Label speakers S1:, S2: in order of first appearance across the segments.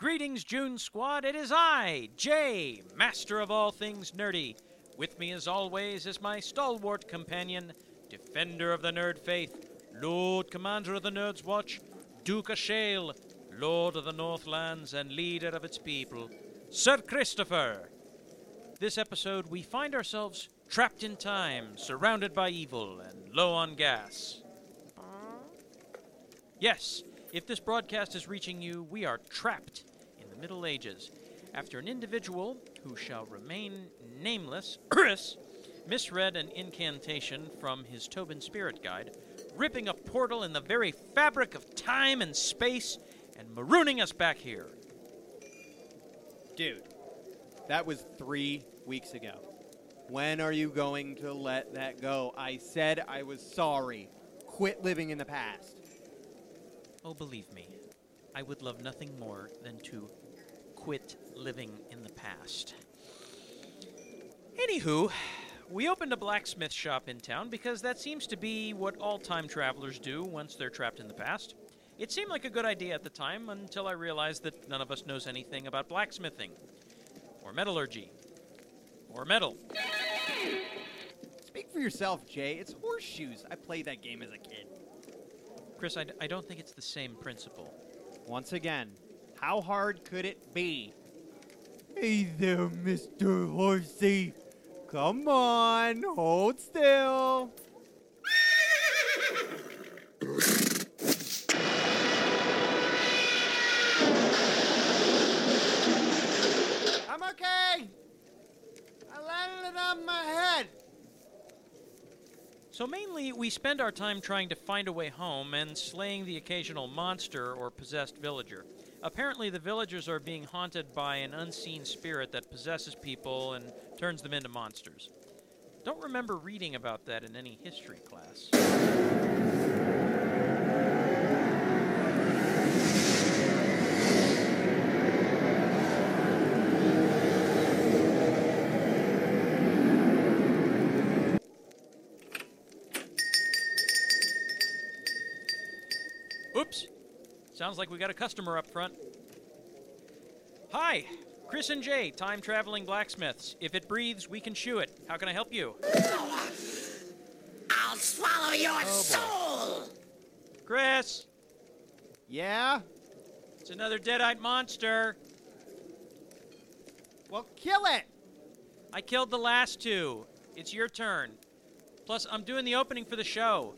S1: Greetings, June Squad. It is I, Jay, master of all things nerdy. With me, as always, is my stalwart companion, defender of the nerd faith, Lord Commander of the Nerd's Watch, Duke of Shale, Lord of the Northlands, and leader of its people, Sir Christopher. This episode, we find ourselves trapped in time, surrounded by evil, and low on gas. Yes, if this broadcast is reaching you, we are trapped in the Middle Ages after an individual who shall remain nameless misread an incantation from his Tobin spirit guide, ripping a portal in the very fabric of time and space and marooning us back here.
S2: Dude, that was three weeks ago. When are you going to let that go? I said I was sorry. Quit living in the past.
S1: Oh, believe me, I would love nothing more than to quit living in the past. Anywho, we opened a blacksmith shop in town because that seems to be what all time travelers do once they're trapped in the past. It seemed like a good idea at the time until I realized that none of us knows anything about blacksmithing, or metallurgy, or metal.
S2: Speak for yourself, Jay. It's horseshoes. I played that game as a kid.
S1: Chris, I, d- I don't think it's the same principle.
S2: Once again, how hard could it be? Hey there, Mr. Horsey. Come on, hold still. I'm okay. I landed on my head.
S1: So mainly, we spend our time trying to find a way home and slaying the occasional monster or possessed villager. Apparently, the villagers are being haunted by an unseen spirit that possesses people and turns them into monsters. Don't remember reading about that in any history class. Oops! Sounds like we got a customer up front. Hi! Chris and Jay, time traveling blacksmiths. If it breathes, we can shoe it. How can I help you?
S3: I'll swallow your
S2: Oh,
S3: soul!
S1: Chris!
S2: Yeah?
S1: It's another dead eyed monster!
S2: Well, kill it.
S1: I killed the last two. It's your turn. Plus, I'm doing the opening for the show.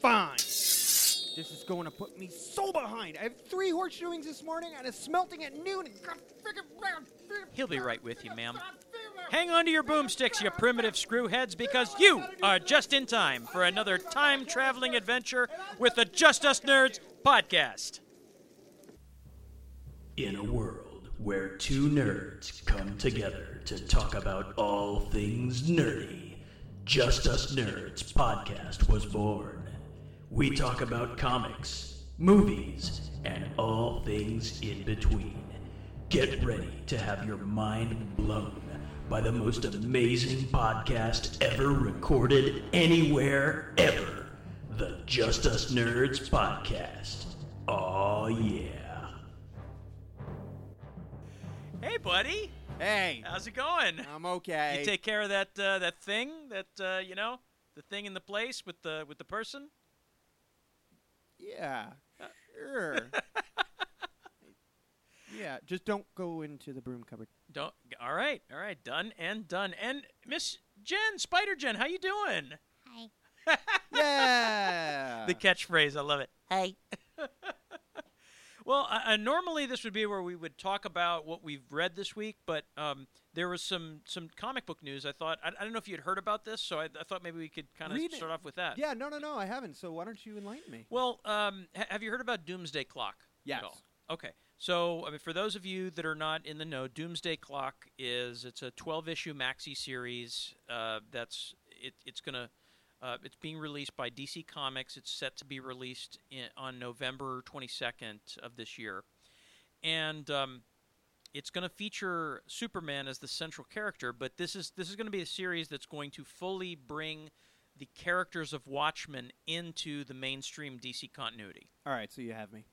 S2: Fine. This is going to put me so behind. I have three horseshoeings this morning and a smelting at noon. And God, friggin-
S1: He'll be right with you, ma'am. Hang on to your boomsticks, you primitive screwheads, because you are just in time for another time traveling adventure with the Just Us Nerds podcast.
S4: In a world where two nerds come together to talk about all things nerdy, Just Us Nerds podcast was born. We talk about comics, movies, and all things in between. Get ready to have your mind blown by the most amazing podcast ever recorded anywhere ever. The Just Us Nerds podcast. Oh yeah.
S1: Hey, buddy.
S2: Hey,
S1: How's it going?
S2: I'm okay.
S1: You take care of that uh, that thing that uh, you know, the thing in the place with the with the person.
S2: yeah, sure. yeah, just don't go into the broom cupboard.
S1: Don't. All right, all right, done and done. And Miss Jen, Spider Jen, how you doing?
S3: Hi.
S2: Yeah.
S1: The catchphrase, I love it.
S3: Hey.
S1: Well, uh, uh, normally this would be where we would talk about what we've read this week, but um, there was some some comic book news. I thought I, I don't know if you'd heard about this, so I, I thought maybe we could kind of
S2: Read it.
S1: start off with that.
S2: yeah, no, no, no, I haven't. So why don't you enlighten me?
S1: Well, um, ha- have you heard about Doomsday Clock?
S2: Yes.
S1: At all? Okay. So, I mean, for those of you that are not in the know, Doomsday Clock is it's a 12 issue maxi series. Uh, that's it, it's gonna uh, it's being released by DC Comics. It's set to be released in, on November 22nd of this year, and um, it's going to feature Superman as the central character, but this is this is going to be a series that's going to fully bring the characters of Watchmen into the mainstream DC continuity.
S2: All right, so you have me.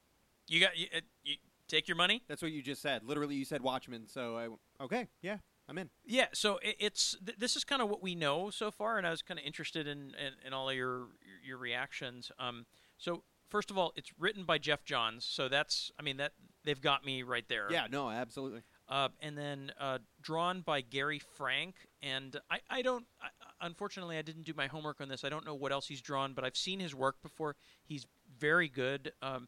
S1: You got you, uh, you take your money.
S2: That's what you just said. Literally, you said Watchmen. So I w- okay, yeah, I'm in.
S1: Yeah, so it, it's th- this is kind of what we know so far, and I was kind of interested in, in in all of your your reactions. Um, so first of all, it's written by Jeff Johns, so that's I mean that they've got me right there.
S2: Yeah, no, absolutely.
S1: Uh, and then uh, drawn by Gary Frank, and I I don't I, unfortunately I didn't do my homework on this. I don't know what else he's drawn, but I've seen his work before. He's very good. Um,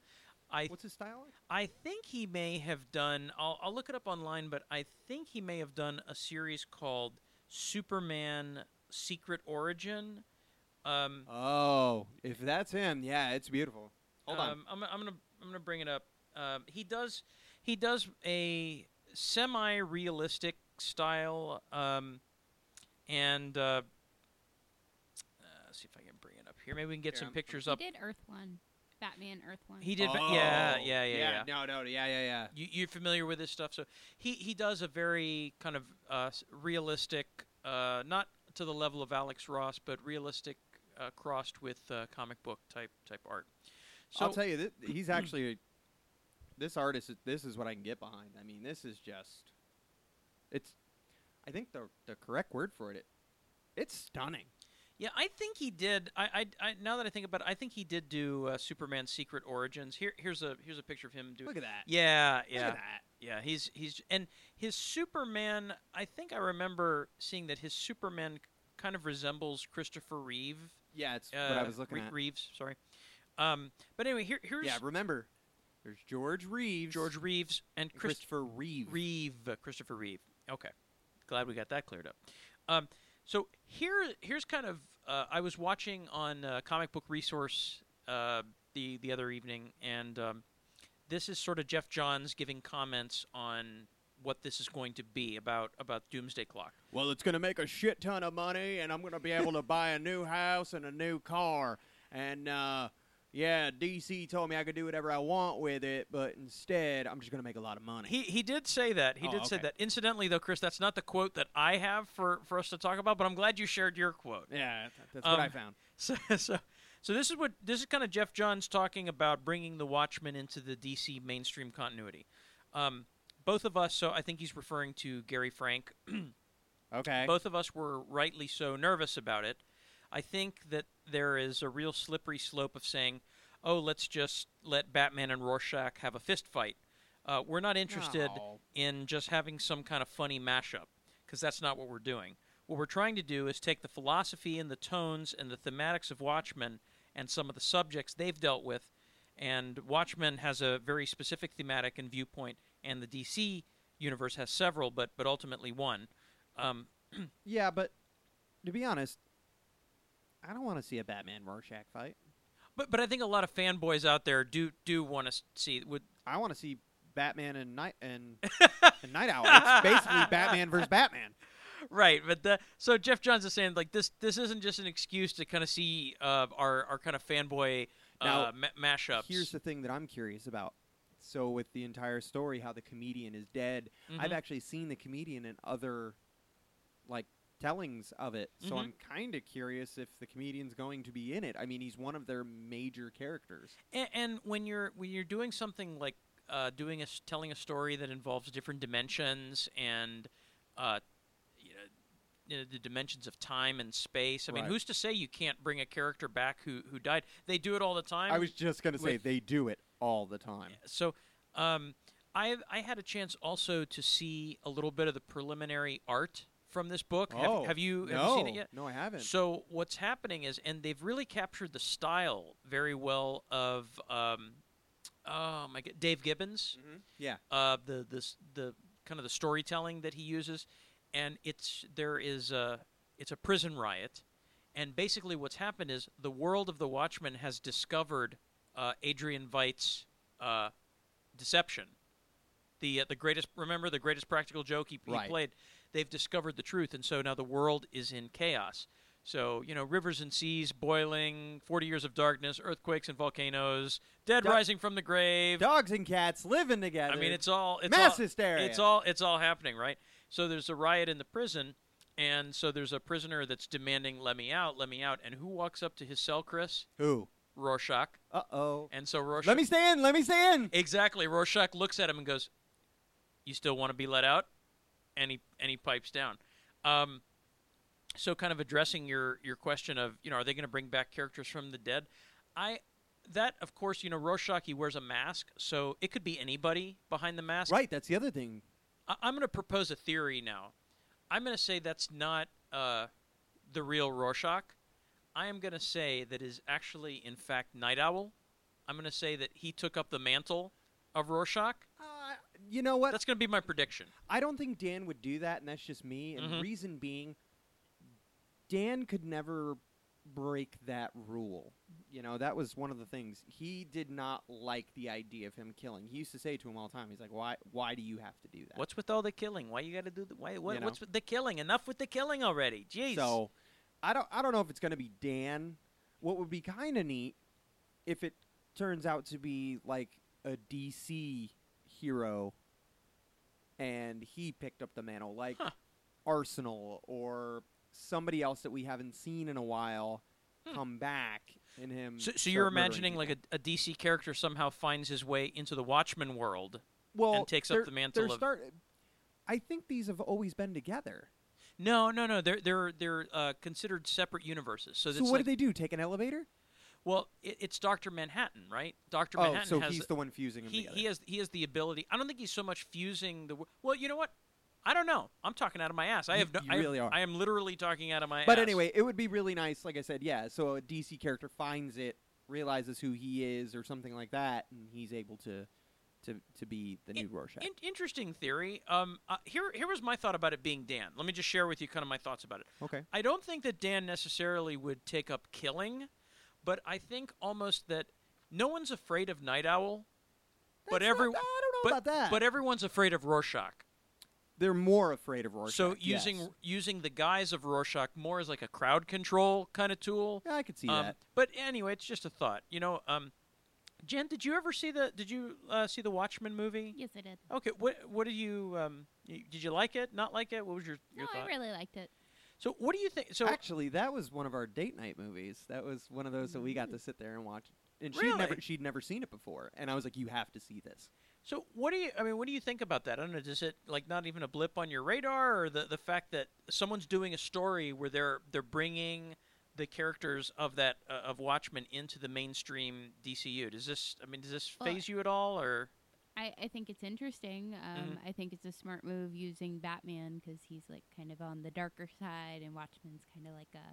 S1: I
S2: What's his style? like?
S1: I think he may have done. I'll, I'll look it up online, but I think he may have done a series called Superman Secret Origin. Um,
S2: Oh, if that's him, yeah, it's beautiful. Hold on.
S1: um, I'm, I'm gonna I'm gonna bring it up. Um, he does he does a semi-realistic style, um, and uh, uh, see if I can bring it up here. Maybe we can get
S2: Here,
S1: some
S2: I'm-
S1: pictures
S5: He
S1: up.
S5: did Earth One, Batman Earth One.
S1: He did, ba- yeah,
S2: Oh,
S1: yeah, yeah, yeah.
S2: No, no, yeah, yeah, yeah.
S1: You, you're familiar with this stuff, so he he does a very kind of uh, s- realistic, uh, not to the level of Alex Ross, but realistic uh, crossed with uh, comic book type type art. So
S2: I'll tell you, thi- he's actually this artist. is- This is what I can get behind. I mean, this is just it's. I think the the correct word for it. It's stunning.
S1: yeah, I think he did. I, I, I now that I think about it, I think he did do uh, Superman Secret Origins. Here here's a here's a picture of him doing.
S2: Look at that.
S1: Yeah,
S2: Look
S1: yeah.
S2: at that.
S1: Yeah, he's he's and his Superman. I think I remember seeing that his Superman kind of resembles Christopher Reeve.
S2: Yeah, it's
S1: uh,
S2: what I was looking
S1: Re-
S2: at.
S1: Reeves, sorry. Um, but anyway, here, here's
S2: Yeah, remember, there's George Reeves,
S1: George Reeves and
S2: and
S1: Chris
S2: Christopher Reeve.
S1: Reeve, uh, Christopher Reeve. Okay, glad we got that cleared up. Um, so here, here's kind of uh, I was watching on uh, Comic Book Resource uh, the the other evening, and um, this is sort of Jeff Johns giving comments on what this is going to be about about Doomsday Clock.
S2: Well, it's going to make a shit ton of money, and I'm going to be able to buy a new house and a new car. And uh, yeah, DC told me I could do whatever I want with it, but instead, I'm just going to make a lot of money.
S1: He he did say that. He
S2: Oh,
S1: did say
S2: okay.
S1: that. Incidentally, though, Chris, that's not the quote that I have for for us to talk about. But I'm glad you shared your quote.
S2: yeah, th- that's
S1: Um,
S2: what I found.
S1: So so so this is what this is kind of Jeff Johns talking about bringing the Watchmen into the DC mainstream continuity. Um, both of us, so I think he's referring to Gary Frank.
S2: Okay.
S1: Both of us were rightly so nervous about it. I think that there is a real slippery slope of saying, "Oh, let's just let Batman and Rorschach have a fist fight." Uh, we're not interested
S2: No.
S1: in just having some kind of funny mashup because that's not what we're doing. What we're trying to do is take the philosophy and the tones and the thematics of Watchmen and some of the subjects they've dealt with, and Watchmen has a very specific thematic and viewpoint, and the DC universe has several, but but ultimately one. Um,
S2: yeah, but to be honest, I don't want to see a Batman Rorschach fight.
S1: But but I think a lot of fanboys out there do do want to see. Would
S2: I want to see Batman and Night and, and Night Owl. It's basically Batman versus Batman.
S1: right, but the so Jeff Johns is saying like this this isn't just an excuse to kind of see uh, our our kind of fanboy uh,
S2: Now,
S1: ma- mashups.
S2: Here's the thing that I'm curious about. So with the entire story, how the comedian is dead, I've
S1: Mhm.
S2: actually seen the comedian in other, like tellings of it. So
S1: Mhm.
S2: I'm kind of curious if the comedian's going to be in it. I mean, he's one of their major characters.
S1: and, and when you're when you're doing something like uh, doing a s- telling a story that involves different dimensions and uh, you know, you know, the dimensions of time and space. I mean,
S2: Right.
S1: who's to say you can't bring a character back who who died? They do it all the time.
S2: I was just gonna say
S1: with-
S2: they do it all the time.
S1: So, um, I I had a chance also to see a little bit of the preliminary art from this book. Have- have, you have you seen it
S2: Oh, no.
S1: yet?
S2: No, I haven't.
S1: So what's happening is, and they've really captured the style very well of um, oh my god, Dave Gibbons,
S2: yeah.
S1: uh, the the s- the kind of the storytelling that he uses, and it's there is a it's a prison riot, and basically what's happened is the world of the Watchmen has discovered uh, Adrian Veidt's uh, deception, the uh, the greatest remember the greatest practical joke he, he
S2: Right.
S1: played. They've discovered the truth, and so now the world is in chaos. So you know, rivers and seas boiling, forty years of darkness, earthquakes and volcanoes, dead
S2: Doc-
S1: rising from the grave.
S2: Dogs and cats living together.
S1: I mean, it's all it's
S2: mass
S1: all,
S2: hysteria.
S1: It's all it's all happening, right? So there's a riot in the prison, and so there's a prisoner that's demanding "Let me out, let me out." And who walks up to his cell, Chris?
S2: who
S1: Rorschach,
S2: Uh oh.
S1: and so Rorschach.
S2: Let me stay in. Let me stay in.
S1: Exactly. Rorschach looks at him and goes, "You still want to be let out?" And he and he pipes down. Um, so, kind of addressing your your question of you know, are they going to bring back characters from the dead? I that of course you know Rorschach he wears a mask, so it could be anybody behind the mask.
S2: Right. That's the other thing.
S1: I- I'm going to propose a theory now. I'm going to say that's not uh, the real Rorschach. I am going to say that is actually, in fact, Night Owl. I'm going to say that he took up the mantle of Rorschach.
S2: Uh, you know what?
S1: That's going to be my prediction.
S2: I don't think Dan would do that, and that's just me. And
S1: Mhm.
S2: reason being, Dan could never break that rule. You know, that was one of the things he did not like the idea of him killing. He used to say to him all the time, "He's like, why? Why do you have to do that?"
S1: What's with all the killing? Why you got to do the why? What,
S2: You know.
S1: What's with the killing? Enough with the killing already. Jeez.
S2: So I don't I don't know if it's going to be Dan. What would be kind of neat if it turns out to be like a DC hero and he picked up the mantle like
S1: Huh.
S2: Arsenal or somebody else that we haven't seen in a while
S1: Hmm.
S2: come back in him.
S1: so, so
S2: start
S1: you're
S2: murdering
S1: imagining like
S2: people.
S1: a, a DC character somehow finds his way into the Watchmen world?
S2: well
S1: takes up
S2: they're-
S1: the mantle
S2: they're
S1: of-
S2: Start, I think these have always been together.
S1: No, no, no. They're they're they're uh, considered separate universes. So,
S2: So
S1: it's
S2: what
S1: like-
S2: do they do? Take an elevator?
S1: Well, it, it's Doctor Manhattan, right? Doctor
S2: Oh,
S1: Manhattan
S2: so
S1: has
S2: he's the one fusing them
S1: he,
S2: together.
S1: he has he has the ability. I don't think he's so much fusing the. wo- Well, you know what? I don't know. I'm talking out of my ass. I
S2: You-
S1: have no.
S2: you
S1: I,
S2: really are.
S1: I am literally talking out of my.
S2: But
S1: ass.
S2: anyway, it would be really nice, like I said, yeah. So a DC character finds it, realizes who he is, or something like that, and he's able to to to be the new Rorschach.
S1: In- interesting theory. Um, uh, here here was my thought about it being Dan. Let me just share with you kind of my thoughts about it.
S2: okay.
S1: I don't think that Dan necessarily would take up killing, but I think almost that no one's afraid of Night Owl, but
S2: That's not-
S1: every-
S2: I don't know
S1: but
S2: about that.
S1: but everyone's afraid of Rorschach.
S2: they're more afraid of Rorschach.
S1: So using
S2: yes.
S1: using the guise of Rorschach more as like a crowd control kind of tool.
S2: Yeah, I could see
S1: Um,
S2: that.
S1: But anyway, it's just a thought. You know, um, Jen, did you ever see the did you uh, see the Watchmen movie?
S5: Yes, I did.
S1: Okay, what what did you um y- did you like it? Not like it? What was your your
S5: No,
S1: thought?
S5: I really liked it.
S1: so what do you think? So
S2: Actually, that was one of our date night movies. That was one of those that we got to sit there and watch. And she'd never
S1: Really?
S2: she'd never seen it before, and I was like, "You have to see this."
S1: so what do you I mean, what do you think about that? I don't know, does it like not even a blip on your radar or the the fact that someone's doing a story where they're they're bringing the characters of that uh, of Watchmen into the mainstream DCU. Does this I mean, does this
S5: Well,
S1: phase you at all or
S5: I, I think it's interesting. Um,
S1: Mm-hmm.
S5: I think it's a smart move using Batman because he's like kind of on the darker side, and Watchmen's kind of like a,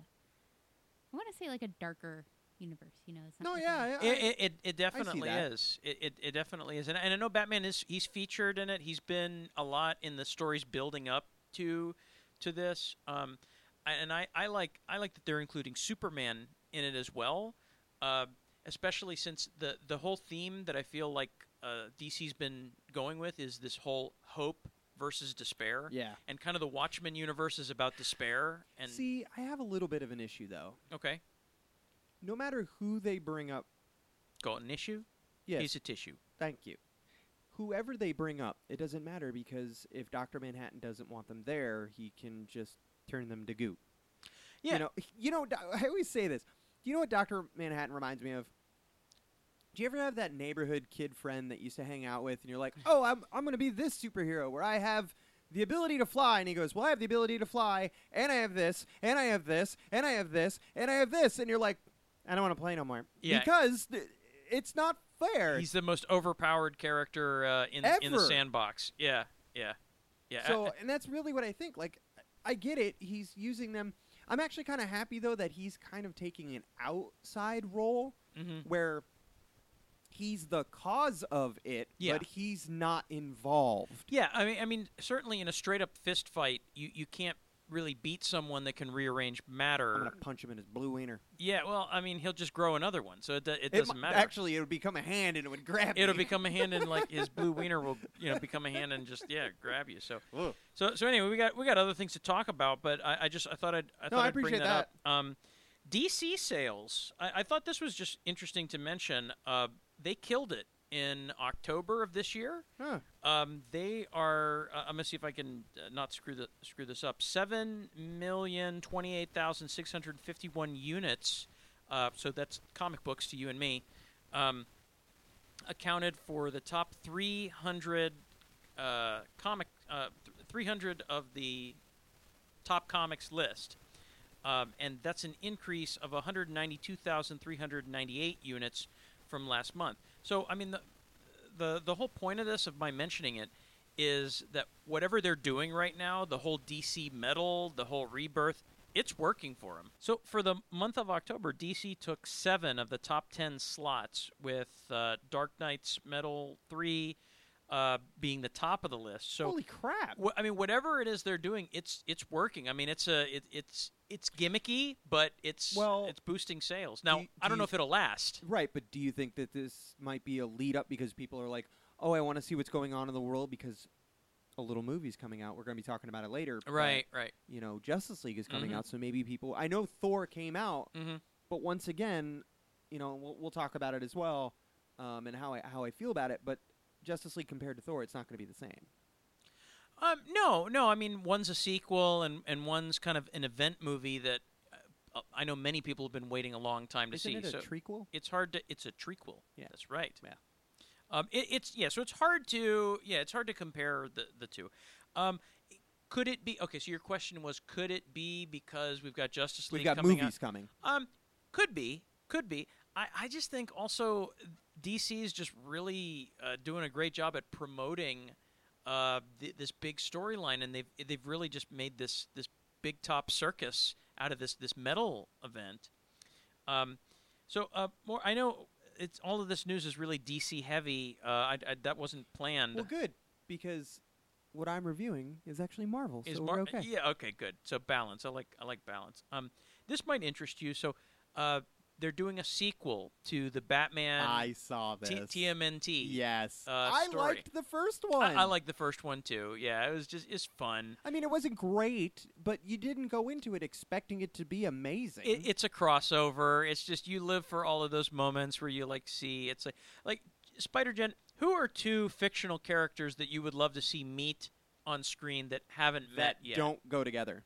S5: I want to say like a darker universe. You know, it's not
S1: Oh,
S2: No,
S5: like
S2: yeah,
S1: It, it, it, it definitely
S2: that.
S1: is. It, it, it definitely is. And, and I know Batman is he's featured in it. He's been a lot in the stories building up to to this. Um, I- and I, I like I like that they're including Superman in it as well. Uh, especially since the the whole theme that I feel like uh, DC's been going with is this whole hope versus despair.
S2: Yeah.
S1: And kind of the Watchmen universe is about despair and
S2: see, I have a little bit of an issue though.
S1: okay,
S2: No matter who they bring up,
S1: got an issue,
S2: yes,
S1: piece of tissue.
S2: Thank you. Whoever they bring up, it doesn't matter because if Dr. Manhattan doesn't want them there, he can just turn them to goo.
S1: Yeah.
S2: You know, you know, doc- I always say this. Do you know what Dr. Manhattan reminds me of? Do you ever have that neighborhood kid friend that you used to hang out with and you're like, "Oh, I'm I'm going to be this superhero where I have the ability to fly." And he goes, "Well, I have the ability to fly, and I have this, and I have this, and I have this, and I have this." And you're like, "I don't want to play no more."
S1: Yeah.
S2: Because th- it's not fair.
S1: He's the most overpowered character uh, in in the
S2: Ever.
S1: sandbox. Yeah, yeah, yeah. Uh,
S2: So, and that's really what I think. Like, I get it. He's using them. I'm actually kind of happy though that he's kind of taking an outside role
S1: Mhm.
S2: where he's the cause of it,
S1: Yeah.
S2: but he's not involved.
S1: yeah, I mean, I mean, certainly in a straight up fist fight, you you can't really beat someone that can rearrange matter.
S2: I'm gonna punch him in his blue wiener.
S1: Yeah, well, I mean, he'll just grow another one, so it, do- it
S2: It
S1: doesn't
S2: mi-
S1: matter.
S2: Actually, it would become a hand and it would grab.
S1: It'll
S2: me.
S1: become a hand, and like his blue wiener will, you know, become a hand and just yeah, grab you. So,
S2: Ugh.
S1: so, so anyway, we got we got other things to talk about, but I, I just I thought I'd I thought
S2: I
S1: I'd bring
S2: appreciate
S1: that, up. Um, DC sales, I, I thought this was just interesting to mention. Uh, they killed it in October of this year.
S2: Huh.
S1: Um, they are. Uh, I'm gonna see if I can uh, not screw the screw this up. Seven million twenty-eight thousand six hundred fifty-one units uh, so that's comic books to you and me, um, accounted for the top 300 uh, comic, uh, th- 300 of the top comics list. Um, and that's an increase of 192,398 units from last month. So, I mean, the, the, the whole point of this, of my mentioning it, is that whatever they're doing right now, the whole DC metal, the whole rebirth, it's working for them. So for the month of October, DC took seven of the top ten slots, with uh, Dark Knight's Metal Three uh, being the top of the list. So
S2: Holy crap!
S1: wh- I mean, whatever it is they're doing, it's it's working. I mean, it's a it, it's it's gimmicky, but it's
S2: Well,
S1: it's boosting sales. Now
S2: you-
S1: I
S2: do
S1: don't know
S2: you-
S1: if it'll last.
S2: Right, but do you think that this might be a lead up because people are like, "Oh, I want to see what's going on in the world because a little movie's coming out. We're going to be talking about it later." but,
S1: Right, right.
S2: you know, Justice League is coming
S1: Mhm.
S2: out, so maybe people. I know Thor came out,
S1: Mm-hmm.
S2: but once again, you know, we'll, we'll talk about it as well, um, and how I how I feel about it. But Justice League compared to Thor, it's not going to be the same.
S1: Um, no, no. I mean, one's a sequel, and and one's kind of an event movie that uh, I know many people have been waiting a long time to
S2: Isn't
S1: see.
S2: it a
S1: so
S2: trequel?
S1: it's hard to. It's a trequel.
S2: Yeah.
S1: that's right.
S2: Yeah.
S1: Um, it, it's yeah. So it's hard to yeah. It's hard to compare the the two. Um, could it be okay? So your question was, could it be because we've got Justice
S2: We've
S1: League
S2: got
S1: coming
S2: movies coming.
S1: out? Um, could be, could be. I, I just think also DC is just really uh, doing a great job at promoting uh, th- this big storyline, and they've they've really just made this this big top circus out of this this metal event. Um, so uh, more, I know it's all of this news is really DC heavy. Uh, I, I- that wasn't planned.
S2: Well, good because what I'm reviewing is actually Marvel,
S1: Is
S2: so
S1: Mar-
S2: we're okay.
S1: Yeah, okay, good. So balance. I like I like balance. Um, this might interest you. So, uh, they're doing a sequel to the Batman
S2: I saw this.
S1: T- TMNT.
S2: Yes,
S1: uh,
S2: I
S1: story.
S2: liked the first one.
S1: I, I like the first one too. Yeah, it was just it's fun.
S2: I mean, it wasn't great, but you didn't go into it expecting it to be amazing.
S1: It, it's a crossover. It's just you live for all of those moments where you like see. It's like like Spider Gen. Who are two fictional characters that you would love to see meet on screen that haven't met
S2: that
S1: yet?
S2: don't go together.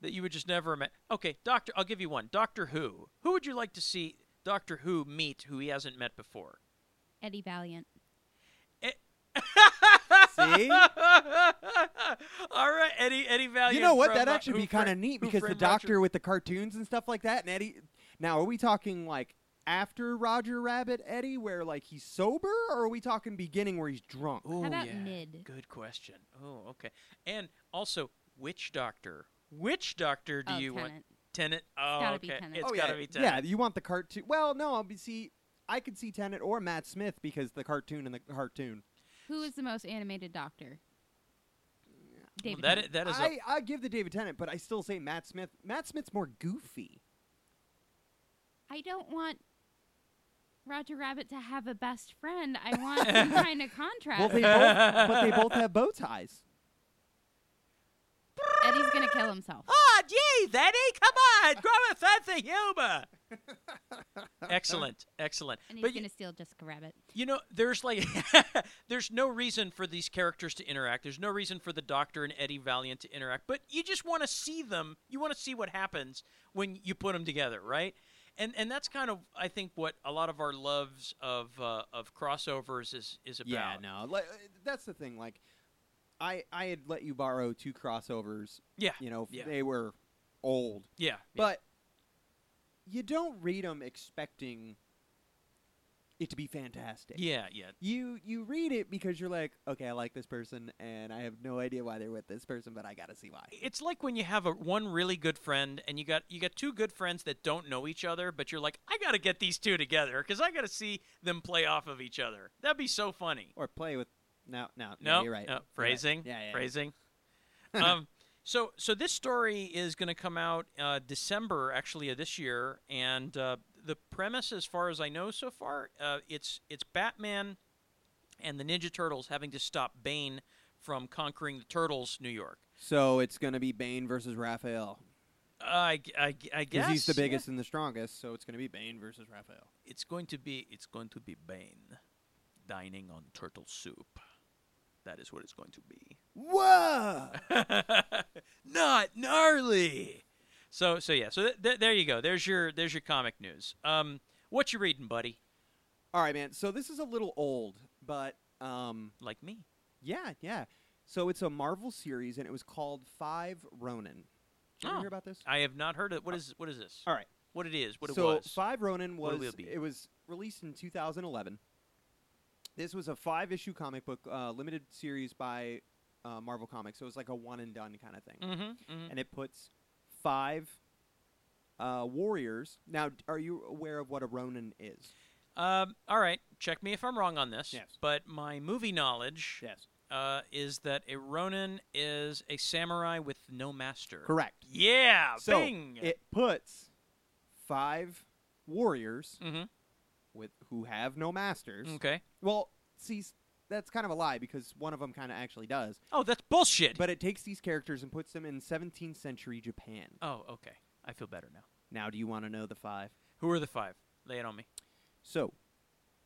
S1: that you would just never met. Okay, Doctor, I'll give you one. Doctor Who. Who would you like to see Doctor Who meet who he hasn't met before?
S5: Eddie Valiant.
S2: See,
S1: All right, Eddie Eddie Valiant.
S2: you know what?
S1: from,
S2: That
S1: uh,
S2: actually
S1: Who
S2: be kind of
S1: Framed-
S2: neat
S1: Who
S2: because the
S1: Framed
S2: Doctor
S1: Roger-
S2: with the cartoons and stuff like that, and Eddie. Now, are we talking like after Roger Rabbit Eddie, where like he's sober, or are we talking beginning where he's drunk?
S1: Ooh,
S5: How about
S1: yeah.
S5: Nid?
S1: Good question. Oh, okay. And also, which Doctor? Which Doctor do
S5: oh,
S1: you want? Tenant.
S5: Tennant.
S1: Oh,
S5: gotta
S1: okay.
S5: be Tenet.
S1: It's
S2: oh
S1: gotta
S2: yeah,
S1: be Tenet.
S2: yeah. You want the cartoon? Well, no. I'll be see. I could see Tennant or Matt Smith because the cartoon and the cartoon.
S5: Who is the most animated doctor?
S1: Well,
S5: David.
S1: that i-
S5: Tennant.
S1: that is a-
S2: I, I give the David Tennant, but I still say Matt Smith. Matt Smith's more goofy.
S5: I don't want Roger Rabbit to have a best friend. I want some kind of contract.
S2: Well, they both, but they both have bow ties.
S5: Eddie's gonna kill himself.
S1: Ah, gee, Eddie, come on, grow a sense of humor. excellent, excellent.
S5: And he's
S1: but you,
S5: gonna steal Jessica Rabbit.
S1: you know, there's like, there's no reason for these characters to interact. There's no reason for the Doctor and Eddie Valiant to interact. But you just want to see them. You want to see what happens when you put them together, right? And and that's kind of, I think, what a lot of our loves of uh, of crossovers is is about.
S2: Yeah, no, like, uh, that's the thing. Like, I I had let you borrow two crossovers.
S1: Yeah,
S2: You know, f-
S1: yeah.
S2: they were old,
S1: yeah,
S2: but you don't read them expecting it to be fantastic.
S1: yeah, yeah.
S2: You you read it because you're like, okay, I like this person, and I have no idea why they're with this person, but I gotta see why.
S1: it's like when you have a one really good friend and you got you got two good friends that don't know each other but you're like i gotta get these two together because i gotta see them play off of each other that'd be so funny
S2: Or play with no no
S1: no,
S2: you're right
S1: no,
S2: You're right.
S1: phrasing
S2: Yeah, yeah, yeah.
S1: phrasing um so so this story is going to come out uh, december actually of this year and uh, the premise as far as i know so far uh, it's it's batman and the ninja turtles having to stop bane from conquering the turtles new york
S2: So it's gonna be Bane versus Raphael.
S1: I, g- I g- I
S2: Because
S1: guess
S2: he's the
S1: yeah.
S2: biggest and the strongest, so it's going to be Bane versus Raphael.
S1: It's going to be it's going to be Bane dining on turtle soup. That is what it's going to be.
S2: Whoa!
S1: Not gnarly. So so yeah. So th- th- there you go. There's your there's your comic news. Um, what you reading, buddy?
S2: All right, man. So this is a little old, but um,
S1: Like me.
S2: yeah, yeah. So it's a Marvel series, and it was called Five Ronin. Did you ever
S1: Oh.
S2: hear about this?
S1: I have not heard of what is what is this?
S2: All right.
S1: What it is? What it
S2: so
S1: was?
S2: Five Ronin
S1: What it
S2: was
S1: will be.
S2: it was released in 2011. This was a five issue comic book uh, limited series by uh, Marvel Comics, so it was like a one and done kind of thing.
S1: mm-hmm,
S2: And it puts five uh, warriors. Now, d- are you aware of what a Ronin is?
S1: Um, all right. Check me if I'm wrong on this.
S2: Yes.
S1: But my movie knowledge
S2: Yes,
S1: uh, is that a Ronin is a samurai with no master.
S2: correct.
S1: Yeah.
S2: So
S1: Ah, bing.
S2: it puts five warriors
S1: Mhm.
S2: with who have no masters.
S1: okay.
S2: Well, see, s- that's kind of a lie because one of them kind of actually does.
S1: Oh, that's bullshit.
S2: But it takes these characters and puts them in 17th century Japan.
S1: oh, okay. I feel better now.
S2: Now, do you want to know the five?
S1: Who are the five? Lay it on me.
S2: So,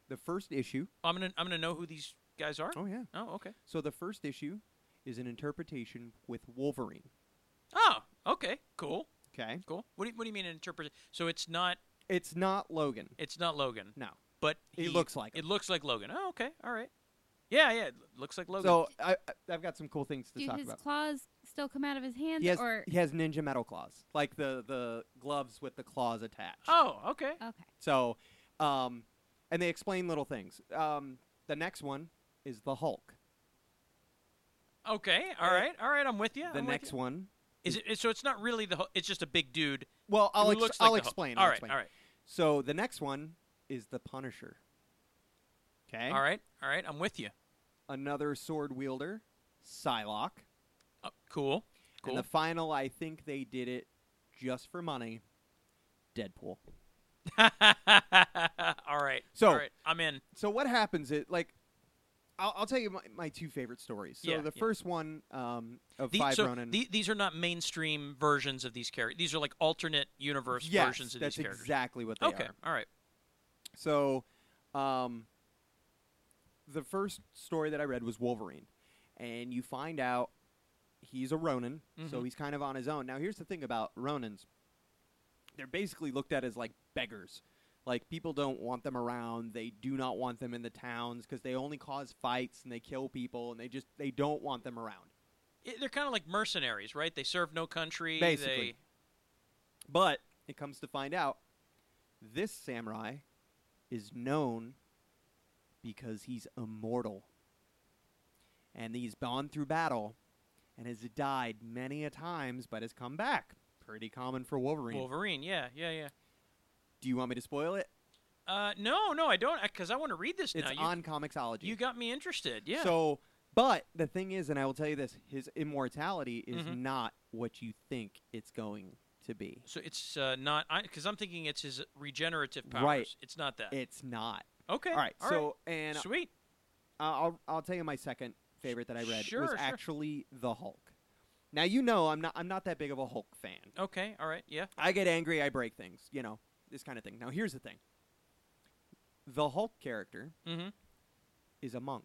S2: the first issue.
S1: I'm gonna I'm gonna know who these guys are.
S2: Oh yeah.
S1: Oh, okay.
S2: So the first issue is an interpretation with Wolverine.
S1: Oh, okay. Cool.
S2: Okay.
S1: Cool. What do you, what do you mean interpret? So it's not
S2: It's not Logan.
S1: it's not Logan,
S2: No.
S1: but
S2: He
S1: he-
S2: looks like
S1: it
S2: him.
S1: looks like Logan. Oh, okay. All right. Yeah, yeah. It looks like Logan.
S2: So I, I- I've got some cool things to
S5: Do
S2: talk
S5: his
S2: about.
S5: claws still come out of his hands?
S2: He has,
S5: or
S2: he has ninja metal claws, like the the gloves with the claws attached.
S1: oh, okay.
S5: okay,
S2: So, um, and they explain little things. Um, the next one is the Hulk.
S1: Okay. All right. All right. I'm with you.
S2: The next one.
S1: is it? So it's not really the. Hu- It's just a big dude.
S2: Well, I'll
S1: who
S2: ex-
S1: looks like
S2: I'll
S1: the Hulk.
S2: explain.
S1: All
S2: I'll
S1: right.
S2: explain.
S1: All right.
S2: So the next one is the Punisher. Okay.
S1: All right. All right. I'm with you.
S2: Another sword wielder, Psylocke.
S1: Oh, cool. Cool.
S2: And the final, I think they did it just for money. Deadpool.
S1: all right.
S2: So-
S1: all right. I'm in.
S2: So what happens? It like, I'll, I'll tell you my, my two favorite stories. So
S1: Yeah,
S2: the
S1: yeah.
S2: first one um, of
S1: The-
S2: Five
S1: so
S2: Ronin.
S1: the- these are not mainstream versions of these characters. These are like alternate universe
S2: yes,
S1: versions of
S2: that's
S1: these characters.
S2: exactly what they
S1: okay.
S2: are.
S1: All right.
S2: So, um, the first story that I read was Wolverine, and you find out he's a Ronin, so
S1: Mhm.
S2: he's kind of on his own. Now, here's the thing about Ronins: they're basically looked at as like beggars. Like people don't want them around. They do not want them in the towns because they only cause fights and they kill people, and they just they don't want them around.
S1: I- they're kind of like mercenaries, right? They serve no country.
S2: Basically.
S1: They,
S2: But it comes to find out this samurai is known because he's immortal. And he's gone through battle and has died many a times but has come back. Pretty common for Wolverine.
S1: Wolverine. Yeah. Yeah. Yeah.
S2: Do you want me to spoil it?
S1: Uh, no, no, I don't, because I want to read this
S2: It's
S1: now. You,
S2: on Comixology.
S1: you got me interested. Yeah.
S2: So, but the thing is, and I will tell you this, his immortality is
S1: Mhm.
S2: not what you think it's going to be.
S1: So it's uh, not because I'm thinking it's his regenerative powers.
S2: Right.
S1: It's not that.
S2: It's not.
S1: okay.
S2: All right.
S1: All right.
S2: so, and
S1: sweet.
S2: I'll Uh, I'll- I'll tell you my second favorite that I read
S1: Sure,
S2: was
S1: sure.
S2: actually the Hulk. Now you know I'm not I'm not that big of a Hulk fan.
S1: Okay. All right. Yeah.
S2: I get angry, I break things, you know, this kind of thing. Now here's the thing. The Hulk character
S1: Mm-hmm.
S2: is a monk.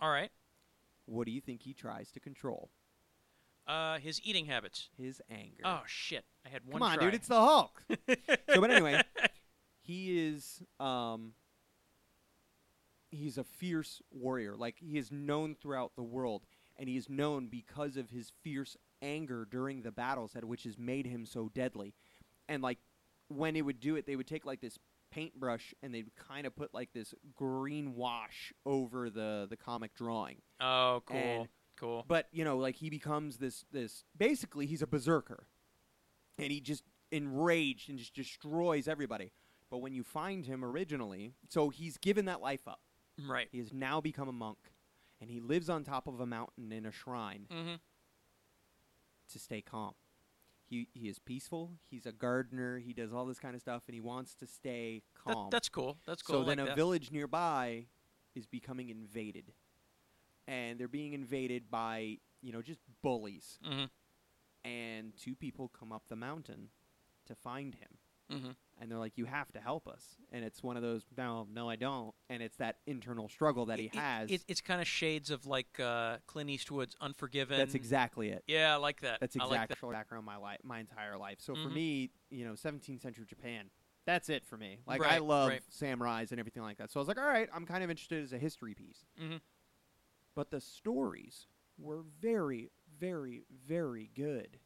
S1: All right.
S2: What do you think he tries to control?
S1: Uh, his eating habits.
S2: His anger.
S1: Oh shit! I had one.
S2: Come on,
S1: try.
S2: dude, it's the Hulk. so but anyway, he is um he's a fierce warrior. Like he is known throughout the world and he is known because of his fierce anger during the battles that which has made him so deadly. And like when they would do it, they would take like this paintbrush and they'd kind of put like this green wash over the the comic drawing.
S1: oh, cool.
S2: and-
S1: cool.
S2: But you know, like he becomes this this basically he's a berserker, and he just enraged and just destroys everybody. But when you find him originally, so he's given that life up.
S1: Right.
S2: He has now become a monk, and he lives on top of a mountain in a shrine
S1: Mm-hmm.
S2: to stay calm. He he is peaceful. He's a gardener. He does all this kind of stuff, and he wants to stay
S1: That,
S2: calm.
S1: that's cool. That's cool.
S2: So
S1: I
S2: then
S1: like
S2: a
S1: that.
S2: village nearby is becoming invaded. And they're being invaded by, you know, just bullies.
S1: Mhm.
S2: And two people come up the mountain to find him.
S1: Mhm.
S2: and they're like, "You have to help us." And it's one of those, "No, no, I don't." And it's that internal struggle that he
S1: It- it-
S2: has.
S1: it- it's kind of shades of like uh, Clint Eastwood's Unforgiven.
S2: That's exactly it.
S1: Yeah, I like that.
S2: That's
S1: I like that.
S2: exactly background my life, my entire life. So for
S1: Mhm.
S2: me, you know, 17th century Japan. That's it for me. Like I
S1: Right,
S2: love
S1: right.
S2: samurais and everything like that. So I was like, all right, I'm kind of interested as a history piece.
S1: Mhm.
S2: But the stories were very, very, very good,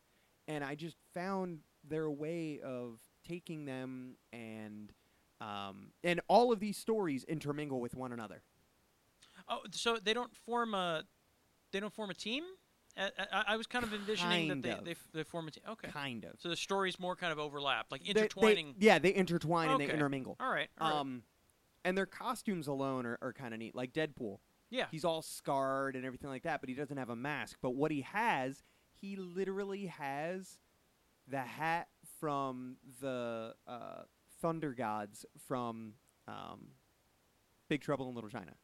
S2: and I just found their way of taking them and um, and all of these stories intermingle with one another.
S1: Oh, so they don't form a they don't form a team. I, I, I was kind of envisioning
S2: Kind
S1: that they,
S2: of.
S1: they f- they form a team. Okay,
S2: Kind of
S1: so the stories more kind of overlap, like
S2: They- they-
S1: intertwining.
S2: yeah, they intertwine and they
S1: Okay.
S2: intermingle.
S1: all right, all right.
S2: Um, and their costumes alone are, are kind of neat. Like Deadpool,
S1: yeah.
S2: he's all scarred and everything like that, but he doesn't have a mask. But what he has, he literally has the hat from the uh, Thunder Gods from um, Big Trouble in Little China.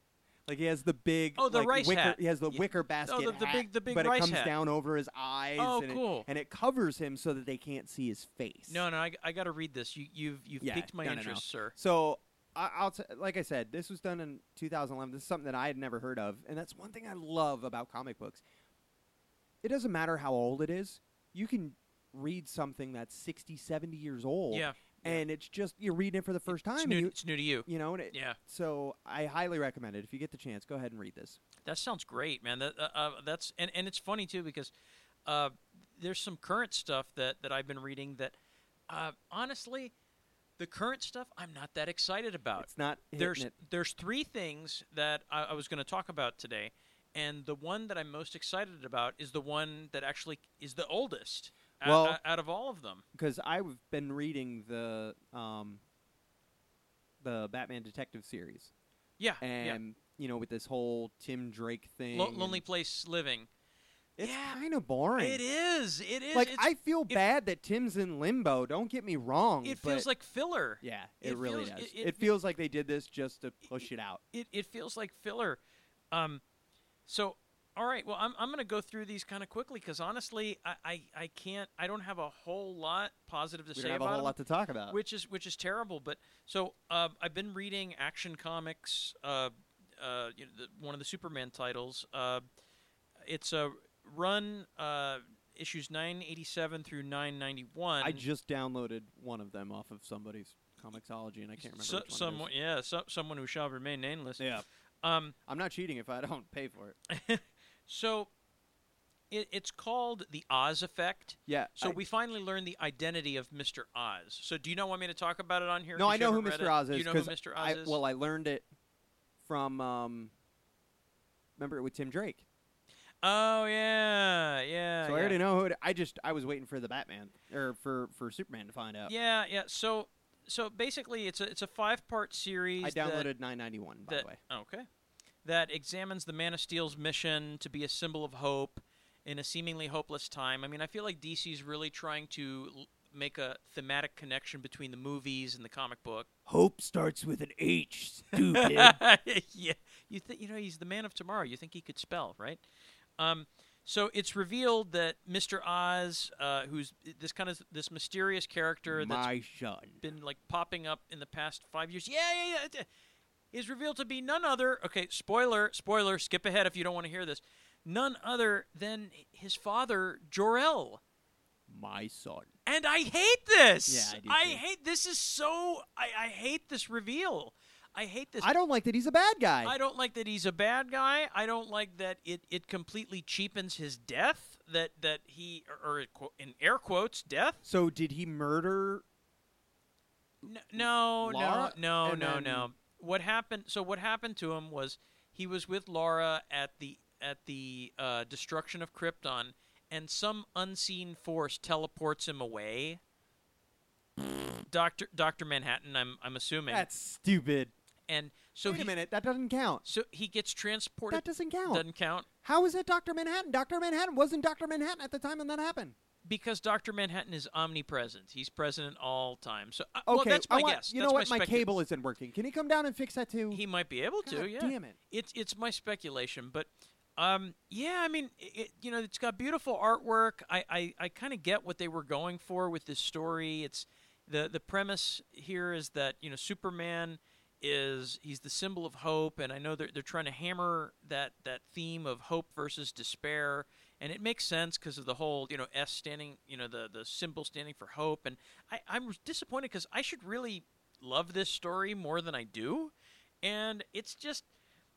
S2: Like he has the big
S1: Oh, the
S2: like,
S1: rice
S2: wicker,
S1: hat.
S2: He has the
S1: Ye-
S2: wicker basket
S1: the- the
S2: hat,
S1: big- the big
S2: but
S1: rice
S2: it comes
S1: hat.
S2: down over his eyes.
S1: Oh,
S2: and
S1: cool.
S2: It, and it covers him so that they can't see his face.
S1: no, no, I, got to read this. You, you've you've
S2: Yeah,
S1: piqued my
S2: no, no, no.
S1: interest, sir.
S2: So I, I'll t- like I said, this was done in 2011. This is something that I had never heard of, and that's one thing I love about comic books. It doesn't matter how old it is. You can read something that's 60, 70 years old,
S1: Yeah, yeah.
S2: and it's just you're reading it for the first time.
S1: it's
S2: and
S1: new,
S2: you,
S1: it's new to you.
S2: you know, and it,
S1: Yeah,
S2: so I highly recommend it. If you get the chance, go ahead and read this.
S1: that sounds great, man. That uh, uh, that's and, and it's funny too because uh, there's some current stuff that that I've been reading that uh, honestly, the current stuff I'm not that excited about.
S2: It's not
S1: Uh,
S2: hitting
S1: there's
S2: it.
S1: there's three things that I, I was going to talk about today, and the one that I'm most excited about is the one that actually is the oldest o-
S2: Well-
S1: o- out of all of them.
S2: because I've been reading the um, the Batman Detective series,
S1: Yeah, yeah.
S2: and you know, with this whole Tim Drake thing,
S1: Lo-
S2: and-
S1: Lonely Place Living.
S2: It's
S1: Yeah.
S2: kind of boring.
S1: It is. It is.
S2: Like
S1: it's-
S2: I feel
S1: it-
S2: bad that Tim's in limbo. Don't get me wrong.
S1: it feels
S2: but-
S1: like filler.
S2: yeah,
S1: it
S2: it, really
S1: feels-
S2: does.
S1: it- it-
S2: It, feels like they did this just to push it out.
S1: It it feels like filler. Um, so all right. Well, I'm I'm going to go through these kind of quickly because honestly, I, I I can't. I don't have a whole lot positive to
S2: We
S1: say
S2: don't have a
S1: about
S2: whole
S1: them.
S2: lot to talk about.
S1: which is which is terrible. But so uh, I've been reading Action Comics, uh, uh, you know, the, one of the Superman titles. Uh, it's a run uh, issues nine eighty seven through nine ninety one.
S2: I just downloaded one of them off of somebody's Comixology, and I can't remember
S1: So,
S2: which one.
S1: someone,
S2: it
S1: yeah, so, someone who shall remain nameless.
S2: is. Yeah,
S1: Um,
S2: I'm not cheating if I don't pay for it.
S1: so it, it's called the Oz Effect.
S2: Yeah.
S1: So
S2: I-
S1: we finally learned the identity of Mr. Oz. So do you know want me to talk about it on here?
S2: No,
S1: 'Cause
S2: I
S1: you
S2: know who
S1: haven't read
S2: Mr.
S1: it.
S2: Oz is.
S1: You know who
S2: 'cause
S1: Mr.
S2: I-
S1: Oz is?
S2: Well, I learned it from. Um, remember it with Tim Drake.
S1: oh yeah, yeah.
S2: So I
S1: Uh, yeah.
S2: already know who. It, I just I was waiting for the Batman or for for Superman to find out.
S1: Yeah, yeah. So, so basically, it's a it's a five part series.
S2: I
S1: that-
S2: downloaded 991 by
S1: that,
S2: the way.
S1: Okay. That examines the Man of Steel's mission to be a symbol of hope in a seemingly hopeless time. I mean, I feel like DC's really trying to l- make a thematic connection between the movies and the comic book.
S2: Hope starts with an H, stupid.
S1: yeah, you think you know he's the man of tomorrow. You think he could spell, right? Um, so it's revealed that Mr. Oz, uh, who's this kind of this mysterious character that's
S2: My son.
S1: been like popping up in the past five years. Yeah, yeah, yeah. it- uh, Is revealed to be none other. Okay, spoiler, spoiler. Skip ahead if you don't want to hear this. None other than his father, Jor El.
S2: My son.
S1: And I hate this.
S2: Yeah, I do too.
S1: hate this. Is so. I, I hate this reveal. I hate this.
S2: I don't like that he's a bad guy.
S1: I don't like that he's a bad guy. I don't like that it, it completely cheapens his death. That that he or or qu- in air quotes death.
S2: so did he murder?
S1: N- No, no,
S2: Laura?
S1: no,
S2: And
S1: no,
S2: then-
S1: no. What happened? So what happened to him was he was with Laura at the at the uh, destruction of Krypton, and some unseen force teleports him away. Doctor Doctor Manhattan, I'm I'm assuming,
S2: That's stupid.
S1: and so
S2: Wait
S1: he
S2: a minute, that doesn't count.
S1: so he gets transported.
S2: That doesn't count.
S1: Doesn't count
S2: How is that Doctor Manhattan? Doctor Manhattan wasn't Doctor Manhattan at the time when that happened.
S1: because Doctor Manhattan is omnipresent. He's present all time. So uh,
S2: Okay,
S1: well, that's my
S2: I want,
S1: guess.
S2: You
S1: That's
S2: know what?
S1: My,
S2: My
S1: specu-
S2: cable isn't working. Can you come down and fix that too?
S1: He might be able to.
S2: God
S1: Yeah.
S2: Damn it.
S1: It's it's my speculation, but um, yeah, I mean, it, it- you know, it's got beautiful artwork. I I, I kind of get what they were going for with this story. It's the the premise here is that you know Superman is he's the symbol of hope, and I know they're they're trying to hammer that that theme of hope versus despair, and it makes sense because of the whole you know S standing you know the the symbol standing for hope, and I, I'm disappointed because I should really love this story more than I do, and it's just.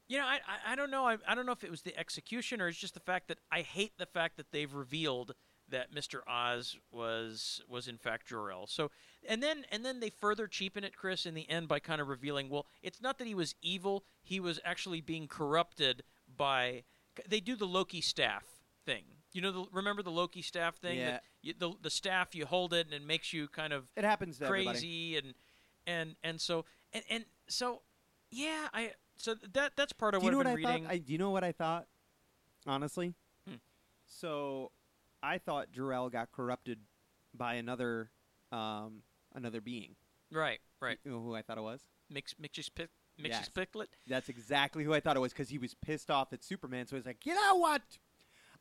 S1: You know, I, I, I don't know. I, I don't know if it was the execution or it's just the fact that I hate the fact that they've revealed that Mr. Oz was was in fact Jor-El. So and then and then they further cheapen it, Chris, in the end by kind of revealing, well, it's not that he was evil; he was actually being corrupted by. They do the Loki staff thing. You know, the, remember the Loki staff thing?
S2: Yeah.
S1: That you, the the staff you hold it and it makes you kind of
S2: It happens to everybody.
S1: crazy and and and so and and so yeah, I so that that's part of
S2: Do you know
S1: what
S2: what
S1: I've
S2: I
S1: been
S2: thought?
S1: reading.
S2: I, do you know what I thought? Honestly,
S1: Hmm.
S2: so I thought Jarell got corrupted by another um, another being.
S1: right, right.
S2: You know who I thought it was?
S1: Mix mixes pick.
S2: Mm.
S1: Mixes
S2: Yes.
S1: Picklet.
S2: That's exactly who I thought it was because he was pissed off at Superman. So he's like, you know what?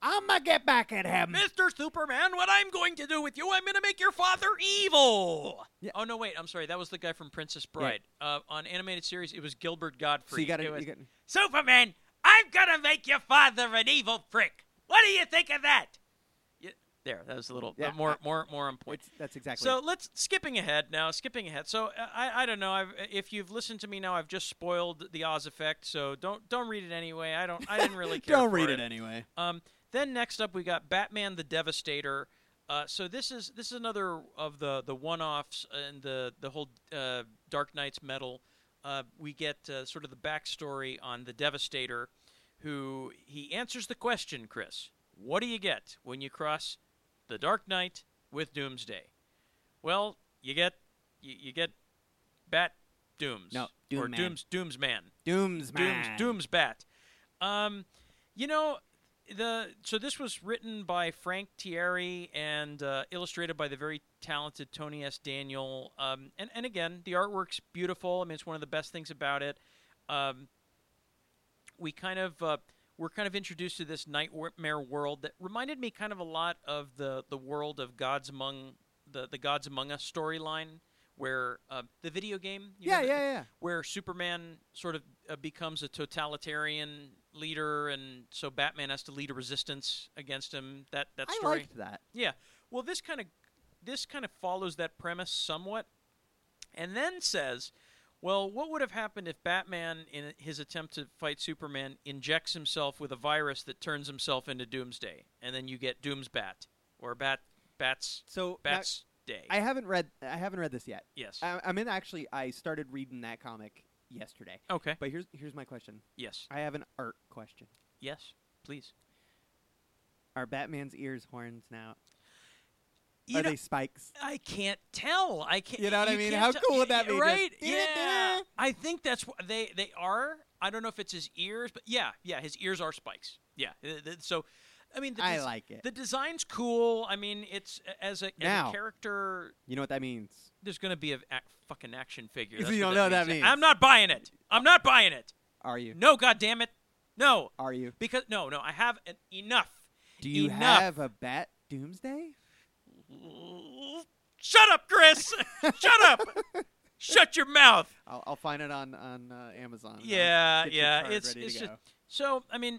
S2: I'm gonna get back at him.
S1: Mr. Superman, what I'm going to do with you, I'm going to make your father evil.
S2: Yeah.
S1: Oh no, wait, I'm sorry. That was the guy from Princess Bride. Uh, on animated series, it was Gilbert Godfrey.
S2: So you got
S1: It was,
S2: to.
S1: Superman, I'm going to make your father an evil prick. What do you think of that? Yeah, there, that was a little
S2: Yeah,
S1: uh, more, more, more on point.
S2: That's exactly.
S1: So let's skipping ahead now. Skipping ahead. So uh, I, I don't know. I've, if you've listened to me now, I've just spoiled the Oz effect. So don't don't read it anyway. I don't. I didn't really care.
S2: Don't
S1: for
S2: read
S1: it
S2: it anyway.
S1: um, then next up, we got Batman the Devastator. Uh, so this is this is another of the the one-offs and the the whole uh, Dark Knight's metal. Uh, we get uh, sort of the backstory on the Devastator, who he answers the question, Chris. What do you get when you cross the Dark Knight with Doomsday? Well, you get you, you get Bat Dooms
S2: No,
S1: or
S2: Doomman.
S1: Dooms Doomsman.
S2: Dooms,
S1: Dooms,
S2: man.
S1: Dooms Bat. Um, you know the so this was written by Frank Thierry and uh, illustrated by the very talented Tony S. Daniel. Um, and and again, the artwork's beautiful. I mean, it's one of the best things about it. Um, we kind of uh, we're kind of introduced to this nightmare world that reminded me kind of a lot of the the world of Gods Among the the Gods Among Us storyline, where uh, the video game. You know,
S2: Yeah,
S1: the-
S2: yeah, yeah.
S1: where Superman sort of uh, becomes a totalitarian leader, and so Batman has to lead a resistance against him. That that
S2: I
S1: story.
S2: liked that.
S1: Yeah. Well, this kind of this kind of follows that premise somewhat, and then says, "Well, what would have happened if Batman, in his attempt to fight Superman, injects himself with a virus that turns himself into Doomsday, and then you get Doomsbat or Bat Bats
S2: So now-
S1: Bats Day?"
S2: I haven't read. I haven't read this yet.
S1: yes.
S2: I, I'm in. Actually, I started reading that comic yesterday.
S1: okay.
S2: But here's here's my question.
S1: Yes.
S2: I have an art question.
S1: Yes. Please.
S2: Are Batman's ears horns now?
S1: You
S2: Are
S1: know-
S2: they spikes?
S1: I can't tell. I can't.
S2: You know what I mean?
S1: can't
S2: How
S1: tell-
S2: cool would that be? Just
S1: Right?
S2: did it
S1: Yeah.
S2: there.
S1: I think that's what they they are. I don't know if it's his ears, but yeah, yeah, his ears are spikes. Yeah. th- th- So, I mean, the
S2: I
S1: des-
S2: like it.
S1: the design's cool. I mean, it's as a, as
S2: Now.
S1: a character.
S2: You know what that means?
S1: There's gonna be a, ac fucking action figure.
S2: You
S1: That's
S2: don't
S1: what
S2: know what that means.
S1: I'm not buying it. I'm not buying it.
S2: Are you?
S1: No, goddamn it. No,
S2: Are you?
S1: because no, no. I have an, enough.
S2: Do you
S1: Enough.
S2: have a bat doomsday?
S1: Shut up, Chris. Shut up. Shut your mouth.
S2: I'll, I'll find it on on uh, Amazon. I'll
S1: Yeah,
S2: get your
S1: yeah,
S2: card
S1: it's-
S2: ready to
S1: it's just-
S2: go.
S1: So, I mean,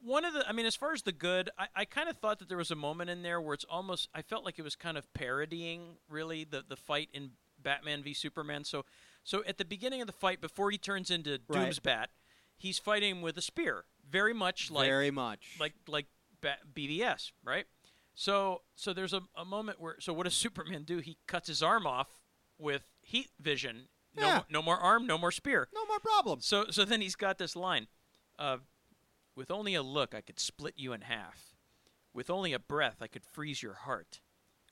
S1: one of the, I mean, as far as the good, I, I kind of thought that there was a moment in there where it's almost, I felt like it was kind of parodying, really, the, the fight in Batman v Superman. So, so at the beginning of the fight, before he turns into
S2: Right.
S1: Doomsbat, he's fighting with a spear, very much like
S2: very much
S1: like like ba- BBS, right? So so there's a, a moment where so what does Superman do? He cuts his arm off with heat vision. No,
S2: Yeah.
S1: no more arm, no more spear.
S2: no more problems.
S1: So so then he's got this line, uh, with only a look I could split you in half, with only a breath I could freeze your heart,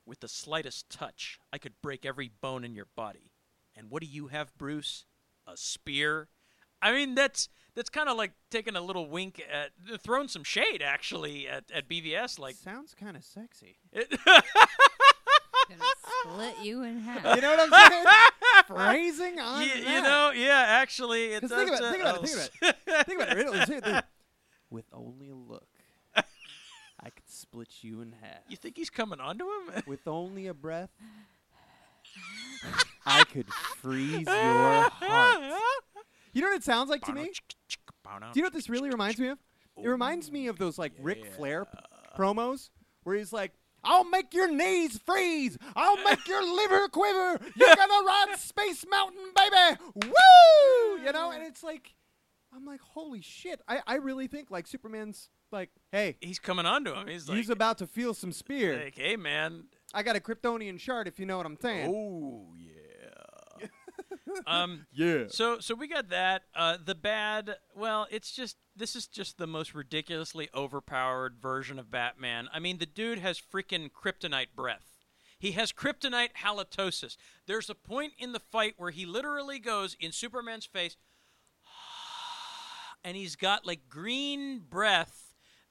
S1: with the slightest touch I could break every bone in your body. And what do you have, Bruce? A spear. I mean that's that's kind of like taking a little wink at throwing some shade actually at, at BVS like
S2: sounds kind of sexy.
S1: it,
S5: Gonna split you in half.
S2: You know what I'm saying? Phrasing on
S1: you,
S2: that.
S1: you know yeah actually it
S2: 'Cause
S1: does
S2: think about it,
S1: uh,
S2: think about it, think
S1: I'll
S2: about
S1: s-
S2: it. Think about it. really, dude, dude. With only a look, I could split you in half.
S1: You think he's coming onto him?
S2: With only a breath, I could freeze your heart. You know what it sounds like to me? Do you know what this really reminds me of? It reminds me of those like Ric Flair p- promos where he's like, "I'll make your knees freeze. I'll make your liver quiver. You're gonna ride Space Mountain, baby. Woo!" You know, and it's like, I'm like, holy shit. I I really think like Superman's like, hey,
S1: He's coming onto him. He's like,
S2: he's about to feel some spear.
S1: like, hey, man.
S2: I got a Kryptonian shard, if you know what I'm saying.
S1: Oh, yeah. um,
S2: yeah.
S1: so, so we got that. Uh, the bad, well, it's just, this is just the most ridiculously overpowered version of Batman. I mean, the dude has freaking kryptonite breath. He has kryptonite halitosis. There's a point in the fight where he literally goes in Superman's face, and he's got like green breath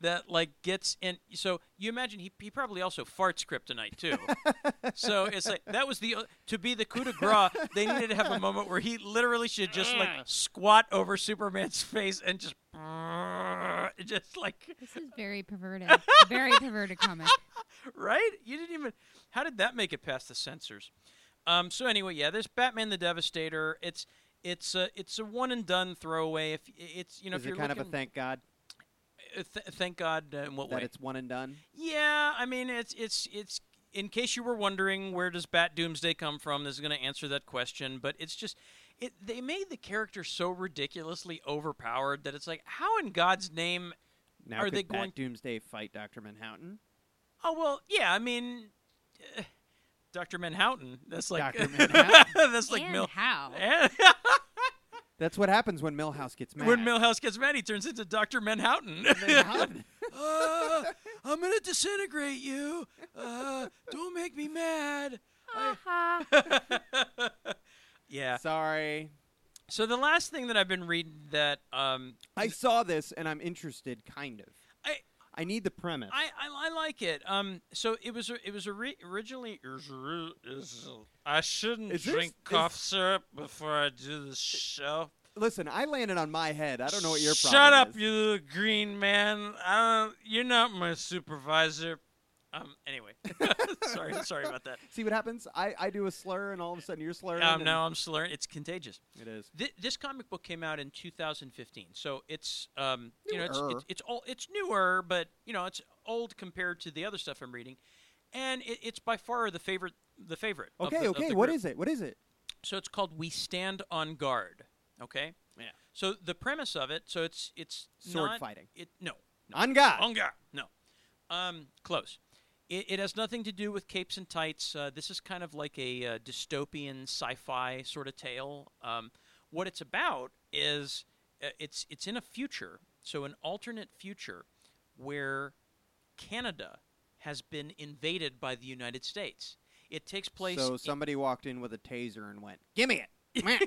S1: that like gets in so you imagine he, he probably also farts kryptonite too so it's like that was the uh, to be the coup de grace they needed to have a moment where he literally should just like squat over superman's face and just just like
S5: This is very perverted. very perverted comic.
S1: right you didn't even how did that make it past the censors um so anyway yeah this batman the devastator it's it's a it's a one and done throwaway if it's you know
S2: Is
S1: if you're
S2: it kind of
S1: looking-
S2: a thank God
S1: Uh, th- thank God. Uh, in what
S2: that
S1: way?
S2: it's one and done?
S1: Yeah, I mean, it's it's it's. In case you were wondering, where does Bat Doomsday come from? This is going to answer that question. But it's just, it they made the character so ridiculously overpowered that it's like, how in God's name?
S2: Now
S1: Are
S2: could
S1: they
S2: Bat
S1: going-
S2: Doomsday fight Doctor Manhattan?
S1: Oh well, yeah. I mean, uh, Doctor Manhattan. That's like
S2: Dr. Manhattan.
S1: that's like
S5: and
S1: Mil.
S5: how?
S2: That's what happens when Millhouse gets mad.
S1: when Milhouse gets mad, he turns into Doctor Manhattan.
S2: Manhattan.
S1: uh, I'm gonna disintegrate you. Uh, don't make me mad.
S5: Ha
S1: yeah.
S2: Sorry.
S1: So the last thing that I've been reading that um,
S2: I saw this and I'm interested, kind of.
S1: I-
S2: I need the premise.
S1: I, I I like it. Um, so it was a- it was a re- originally. I shouldn't
S2: Is this-
S1: drink
S2: is-
S1: cough syrup before I do this show.
S2: Listen, I landed on my head. I don't know what your problem
S1: Shut up,
S2: is.
S1: you little green man. I don't, you're not my supervisor. Um. Anyway, sorry sorry about that.
S2: See what happens? I, I do a slur and all of a sudden you're slurring.
S1: Um.
S2: and-
S1: Now I'm slurring. It's contagious.
S2: It is.
S1: Th- this comic book came out in 2015, so it's um, you know it's,
S2: Newer.
S1: it's it's all it's newer, but you know it's old compared to the other stuff I'm reading, and it, it's by far the favorite the favorite.
S2: Okay, okay. What is it? What is it?
S1: So it's called "We Stand on Guard." Okay.
S2: Yeah.
S1: So the premise of it, so it's it's
S2: Sword
S1: not-
S2: fighting.
S1: It no, no
S2: On God.
S1: on guard. No. Um, close. It, it has nothing to do with capes and tights. Uh, this is kind of like a uh, dystopian sci-fi sort of tale. Um, what it's about is uh, it's it's in a future, so an alternate future where Canada has been invaded by the United States. It takes place
S2: So
S1: in-
S2: somebody walked in with a taser and went, "Give me it, Meh.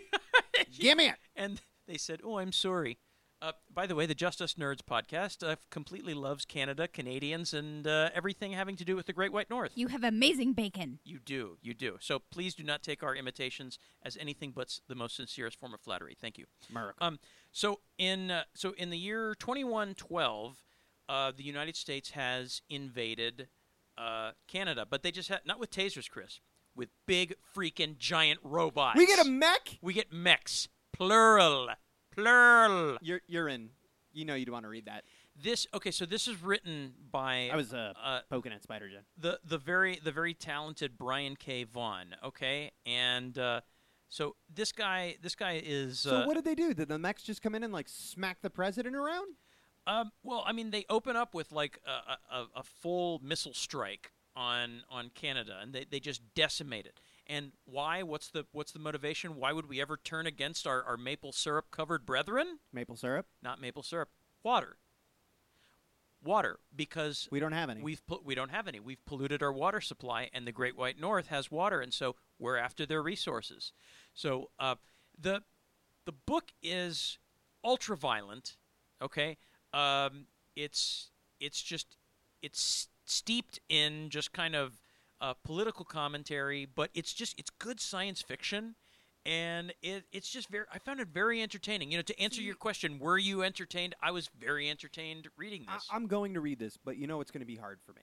S2: give me it."
S1: and they said, "Oh, I'm sorry." Uh, by the way, the Justice Nerds podcast uh, completely loves Canada, Canadians, and uh, everything having to do with the Great White North.
S5: you have amazing bacon.
S1: You do, you do. So please do not take our imitations as anything but s- the most sincerest form of flattery. Thank you.
S2: America.
S1: Um, so in uh, so in the year 2112, uh, the United States has invaded uh, Canada, but they just had not with tasers, Chris, with big freaking giant robots.
S2: We get a mech.
S1: we get mechs, plural, plural.
S2: You're you're in. You know you'd want to read that.
S1: This okay, so this is written by
S2: I was uh,
S1: uh,
S2: poking at Spider Jen.
S1: the the very the very talented Brian K. Vaughan. Okay, and uh, so this guy this guy is
S2: So
S1: uh,
S2: what did they do? Did the mechs just come in and like smack the president around?
S1: um, well, I mean, they open up with like a, a, a- a full missile strike on on Canada, and they, they just decimate it. And why? What's the what's the motivation? Why would we ever turn against our, our maple syrup covered brethren?
S2: Maple syrup?
S1: Not maple syrup, water. Water, because
S2: We don't have any.
S1: We've pol- we don't have any. We've polluted our water supply, and the Great White North has water, and so we're after their resources. So uh, the the book is ultra violent. Okay, um, it's it's just it's steeped in just kind of uh, political commentary, but it's just it's good science fiction. And it, it's just very. I found it very entertaining. You know, to answer your question, were you entertained? I was very entertained reading
S2: I,
S1: this.
S2: I'm going to read this, but you know it's going to be hard for me.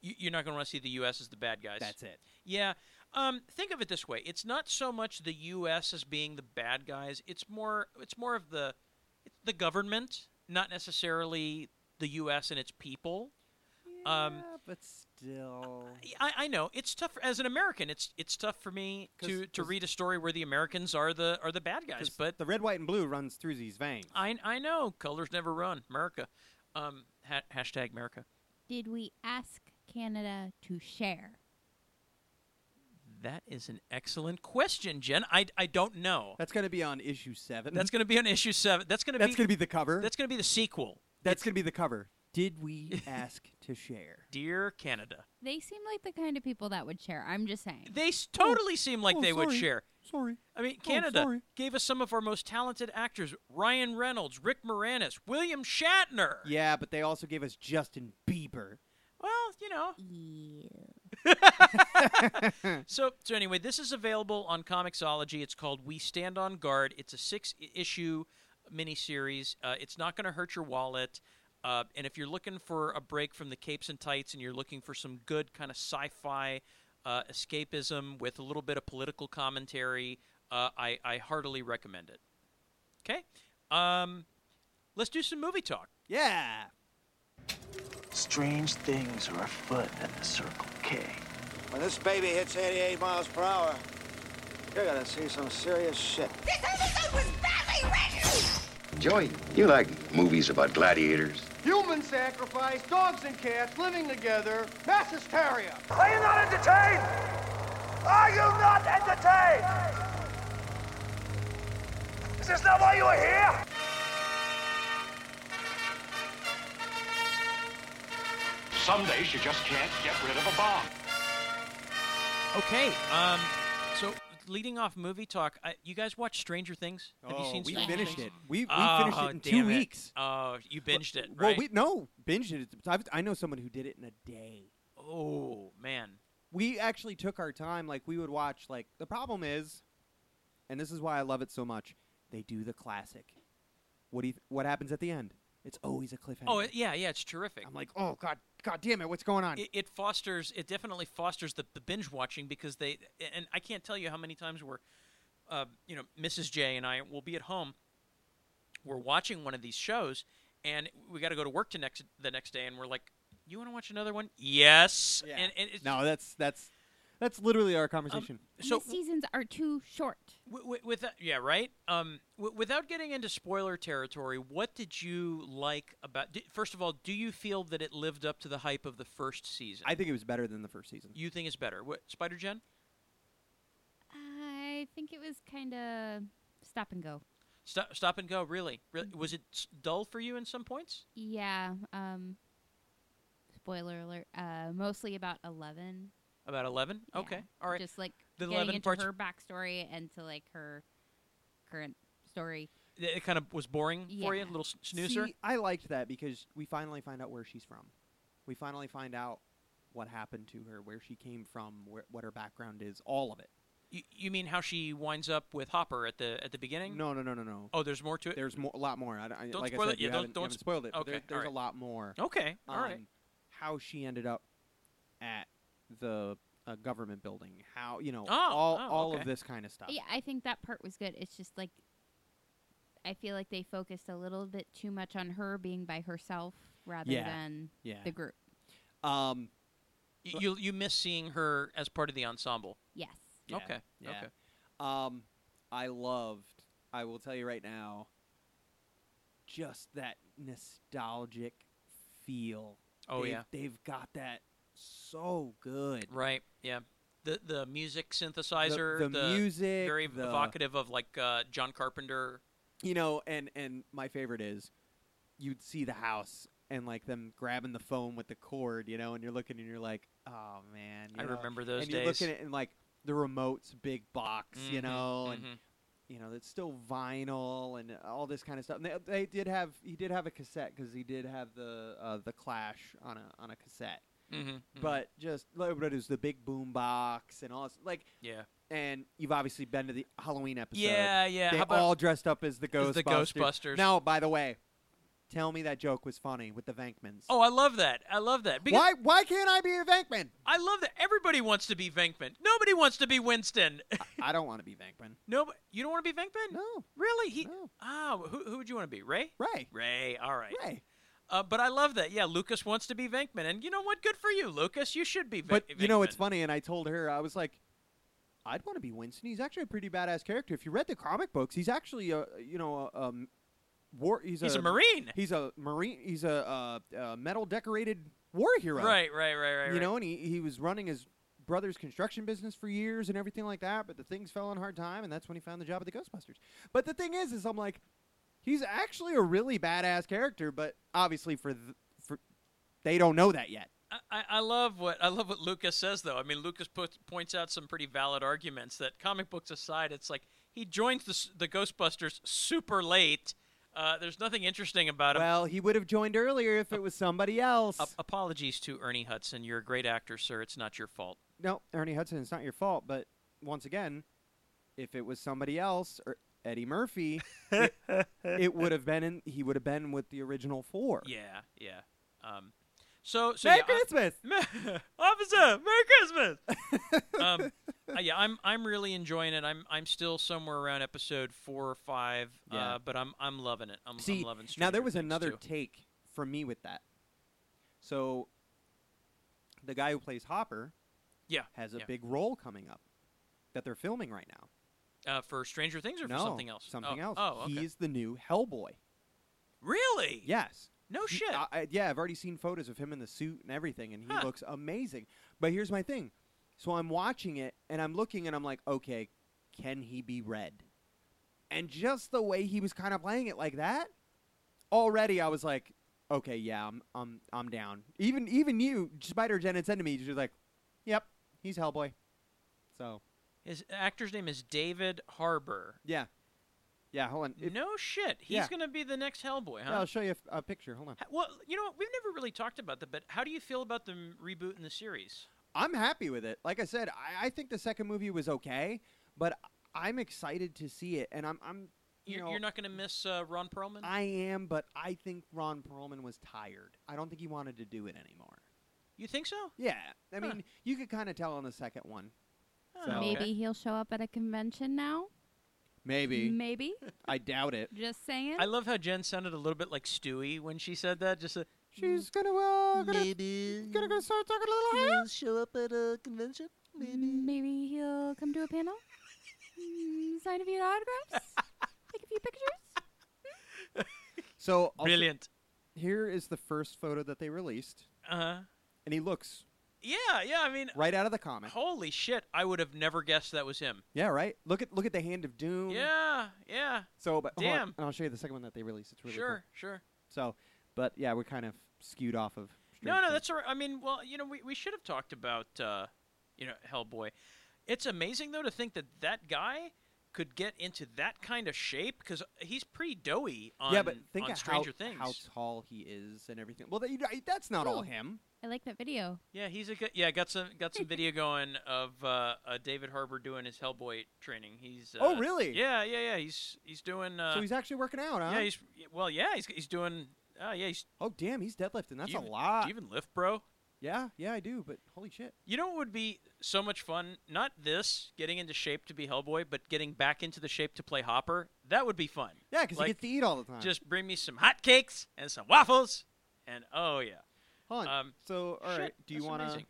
S1: you, you're not going to want to see the U.S. as the bad guys.
S2: That's it.
S1: Yeah, Um, think of it this way: it's not so much the U.S. as being the bad guys. It's more it's more of the it's the government, not necessarily the U.S. and its people. Um, uh,
S2: Yeah, but still.
S1: I, I know it's tough as an American. It's it's tough for me
S2: 'Cause-
S1: to, to
S2: 'cause-
S1: read a story where the Americans are the are the bad guys.
S2: 'Cause
S1: But Oh.
S2: the red, white, and blue runs through these veins.
S1: I I know colors never run. America, um, ha- hashtag America.
S5: Did we ask Canada to share?
S1: That is an excellent question, Jen. I, I don't know.
S2: That's going to be on issue seven.
S1: That's going to be on issue seven. That's going to
S2: That's
S1: be
S2: going to be the cover.
S1: that's going to be the sequel.
S2: That's going to be the cover. Did we ask to share?
S1: Dear Canada,
S5: They seem like the kind of people that would share. I'm just saying.
S1: they s- totally seem like
S2: oh,
S1: they would
S2: sorry.
S1: share.
S2: Sorry.
S1: I mean,
S2: Oh,
S1: Canada
S2: sorry.
S1: gave us some of our most talented actors: Ryan Reynolds, Rick Moranis, William Shatner.
S2: Yeah, but they also gave us Justin Bieber.
S1: Well, you know,
S5: Ew.
S1: So, so anyway, this is available on Comixology. It's called We Stand on Guard. It's a six i- issue miniseries. Uh, it's not going to hurt your wallet. Uh, and if you're looking for a break from the capes and tights, and you're looking for some good kind of sci-fi uh, escapism with a little bit of political commentary, uh, I, I heartily recommend it. Okay, um, let's do some movie talk.
S2: Yeah.
S6: Strange things are afoot at the Circle K.
S7: When this baby hits 88 miles per hour, you're gonna see some serious shit.
S3: This episode was badly written!
S8: Joey, you like movies about gladiators?
S7: Human sacrifice, dogs and cats living together, mass hysteria.
S9: Are you not entertained? Are you not entertained? Is this not why you are here?
S10: Some days you just can't get rid of a bomb.
S1: Okay, um, so leading off movie talk, I, you guys watch Stranger Things? Have you
S2: Oh,
S1: seen
S2: we
S1: Stranger
S2: finished
S1: Things?
S2: it. We, we finished
S1: Oh,
S2: it in two
S1: damn it.
S2: weeks.
S1: Oh, you binged it,
S2: Well,
S1: right?
S2: we no binged it. I've, I know someone who did it in a day.
S1: oh man,
S2: we actually took our time like we would watch like the problem is and this is why i love it so much they do the classic what do you, what happens at the end it's always a cliffhanger
S1: oh it- yeah, yeah, it's terrific.
S2: i'm like oh god god damn it what's going on
S1: it, it fosters, it definitely fosters the, the binge watching because they, and I can't tell you how many times we're, uh, you know, Mrs. J and I will be at home, we're watching one of these shows, and we got to go to work to next the next day, and we're like, you want to watch another one? Yes.
S2: Yeah.
S1: And, and it's, Um,
S2: no that's that's that's literally our conversation
S1: so
S5: the seasons are too short.
S1: W- w- with that- yeah, right. Um, w- without getting into spoiler territory, what did you like about? Di- first of all, do you feel that it lived up to the hype of the first season?
S2: i think it was better than the first season
S1: you think it's better. What Spider Gen?
S5: I think it was kind of stop and go.
S1: Stop, stop and go. Really, really,
S2: Mm-hmm.
S1: was it s- dull for you in some points?
S5: Yeah. Um. Spoiler alert. Uh, mostly about Eleven.
S1: About eleven.
S5: Yeah,
S1: Okay, all right.
S5: Just like
S1: The
S5: getting
S1: 11
S5: into
S1: parts-
S5: her backstory and to like her current story.
S1: Th- it kind of was boring for you, a
S5: Yeah.
S1: little s- snoozer.
S2: See, i liked that because we finally find out where she's from we finally find out what happened to her where she came from where, what her background is all of it
S1: you, you mean how she winds up with Hopper at the at the beginning?
S2: no no no no no
S1: Oh, there's more to it.
S2: There's more, a lot more. I, I,
S1: Don't
S2: like
S1: spoil
S2: I
S1: it.
S2: said,
S1: Yeah,
S2: you
S1: don't-
S2: haven't, you
S1: don't
S2: haven't
S1: sp-
S2: spoiled it. but
S1: okay,
S2: there- there's
S1: alright.
S2: a lot more
S1: okay, all
S2: on
S1: right.
S2: how she ended up at the uh, government building. How you know
S1: Oh,
S2: all
S1: oh,
S2: all
S1: okay.
S2: of this kind of stuff.
S5: Yeah, I think that part was good. It's just like I feel like they focused a little bit too much on her being by herself rather
S2: Yeah.
S5: than
S2: Yeah.
S5: the group.
S2: Um.
S1: Y- you you miss seeing her as part of the ensemble.
S5: Yes.
S2: yeah,
S1: Okay,
S2: yeah.
S1: okay.
S2: Um. I loved. I will tell you right now. Just that nostalgic feel.
S1: Oh
S2: They've-
S1: yeah.
S2: They've got that so good.
S1: Right. Yeah. The the music
S2: The-
S1: synthesizer,
S2: the, music,
S1: very
S2: the,
S1: evocative of like uh, John Carpenter.
S2: you know and and my favorite is you'd see the house and like them grabbing the phone with the cord you know and you're looking and you're like oh man you
S1: I
S2: know?
S1: remember those
S2: and
S1: days.
S2: you're looking at it and like the remote's big box you
S1: Mhm,
S2: know and
S1: mhm.
S2: you know it's still vinyl and all this kind of stuff and they, they did have he did have a cassette because he did have the uh, the clash on a on a cassette
S1: Mhm, mhm.
S2: but just like but it was the big boom box and all this like
S1: yeah,
S2: and you've obviously been to the halloween episode
S1: yeah, yeah.
S2: they
S1: How about
S2: all dressed up as the Ghostbusters.
S1: as the Ghostbusters?
S2: Now, by the way, Tell me that joke was funny with the Venkmans.
S1: Oh, I love that. I love that. Because
S2: why why can't I be a Venkman?
S1: I love that. Everybody wants to be Venkman. Nobody wants to be Winston.
S2: I don't want to be Venkman.
S1: no, you don't want to be Venkman?
S2: No.
S1: Really? He.
S2: No.
S1: Oh, who, who would you want to be? Ray?
S2: Ray.
S1: Ray. All right.
S2: Ray.
S1: Uh, but I love that. Yeah, Lucas wants to be Venkman, and you know what? Good for you, Lucas. You should be. Ven-
S2: But you know
S1: Venkman.
S2: what's funny? And I told her I was like, I'd want to be Winston. He's actually a pretty badass character. If you read the comic books, he's actually a you know a, um war. He's,
S1: He's a Marine.
S2: He's a marine. He's a, uh uh metal decorated war hero.
S1: Right, right, right, right.
S2: you
S1: right.
S2: know, and he, he was running his brother's construction business for years and everything like that, but the things fell on hard time, and that's when he found the job at the Ghostbusters. But the thing is, is I'm like, he's actually a really badass character, but obviously for th- for they don't know that
S1: I-
S2: yet.
S1: I, I love what I love what Lucas says though. I mean, Lucas puts, points out some pretty valid arguments that comic books aside, it's like he joins the, s- the Ghostbusters super late. Uh, there's nothing interesting about him.
S2: Well, he would have joined earlier if it was somebody else.
S1: Ap- apologies to Ernie Hudson. You're a great actor, sir. It's not your fault.
S2: no, Ernie Hudson, it's not your fault, but once again, if it was somebody else or Eddie Murphy, it, it would have been in, he would have been with the original four.
S1: Yeah, yeah. Um, so, so
S2: Merry
S1: yeah, I-
S2: Christmas.
S1: Officer, Merry Christmas. um, uh, yeah, I'm I'm really enjoying it. I'm I'm still somewhere around episode four or five,
S2: Yeah.
S1: uh, but I'm I'm loving it. I'm,
S2: See,
S1: I'm loving.
S2: now
S1: Stranger
S2: there was
S1: Things,
S2: another
S1: too.
S2: take from me with that. So, the guy who plays Hopper
S1: yeah,
S2: has a
S1: yeah.
S2: big role coming up that they're filming right now.
S1: uh, for Stranger Things or
S2: no,
S1: for something else.
S2: Something
S1: oh,
S2: else.
S1: Oh, okay.
S2: He is the new Hellboy.
S1: really?
S2: Yes.
S1: No
S2: He-
S1: Oh,
S2: uh,
S1: shit.
S2: I- I- yeah, I've already seen photos of him in the suit and everything, and he
S1: Huh.
S2: looks amazing. But here's my thing. So I'm watching it, and I'm looking, and I'm like, okay, can he be red? And just the way he was kind of playing it like that, already I was like, okay, yeah, I'm, I'm, I'm down. Even, even you, Spider Jen had said to me, she's like, yep, he's Hellboy. So
S1: His actor's name is David Harbour.
S2: yeah, yeah. Hold on. If-
S1: no shit. He's
S2: yeah.
S1: gonna be the next Hellboy, huh?
S2: I'll show you a f- a picture. Hold on.
S1: H- Well, you know, what? we've never really talked about that, but how do you feel about them rebooting the series?
S2: I'm happy with it. Like I said, I, I think the second movie was okay, but I'm excited to see it, and I'm, I'm you
S1: You're,
S2: know,
S1: you're not going to miss uh, Ron Perlman.
S2: I am, but I think Ron Perlman was tired. I don't think he wanted to do it anymore.
S1: you think so?
S2: Yeah, I
S1: Huh.
S2: mean, you could kind of tell on the second one, So-
S5: Maybe
S1: Oh, Okay.
S5: he'll show up at a convention now.
S2: maybe.
S5: Maybe.
S2: I doubt it.
S5: Just saying.
S1: I love how Jen sounded a little bit like Stewie when she said that. Just a,
S2: She's gonna, uh, gonna,
S1: maybe
S2: gonna, gonna start talking a little higher.
S1: show up at a convention.
S5: Maybe he'll come to a panel, mm, sign a few autographs, take a few pictures.
S2: So also,
S1: Brilliant.
S2: Here is the first photo that they released,
S1: Uh huh.
S2: and he looks
S1: Yeah, yeah. I mean,
S2: right out of the comic.
S1: holy shit! I would have never guessed that was him.
S2: Yeah, right. Look at look at the hand of doom.
S1: Yeah, yeah.
S2: So, but hold on,
S1: Damn.
S2: and I'll show you the second one that they released. It's really cool.
S1: sure, sure.
S2: So, but yeah, we're kind of skewed off of.
S1: No,
S2: Stranger
S1: no,
S2: Things.
S1: that's all right. I mean, well, you know, we, we should have talked about, uh, you know, Hellboy. It's amazing, though, to think that that guy could get into that kind of shape because he's pretty doughy on,
S2: yeah, but think
S1: on
S2: of
S1: Stranger
S2: how,
S1: Things.
S2: how tall he is and everything. Well, that, you, that's not all
S5: Oh.
S2: him.
S5: I like that video.
S1: Yeah, he's a good. Yeah, got some got some video going of uh, uh, David Harbour doing his Hellboy training. He's uh,
S2: Oh, really?
S1: Yeah, yeah, yeah. He's he's doing. Uh,
S2: so he's actually working out, huh?
S1: yeah, he's well, yeah, he's he's doing. Uh, yeah, he's
S2: oh, damn, he's deadlifting. That's
S1: do you
S2: a
S1: even-
S2: lot.
S1: Do you even lift, bro?
S2: yeah, yeah, I do. But holy shit,
S1: You know what would be so much fun? Not this getting into shape to be Hellboy, but getting back into the shape to play Hopper. That would be fun.
S2: yeah, because
S1: Like,
S2: he gets to eat all the time.
S1: Just bring me some hotcakes and some waffles, and oh yeah.
S2: hold on.
S1: um,
S2: so, all right,
S1: Shit,
S2: do you
S1: that's
S2: want to?
S1: amazing.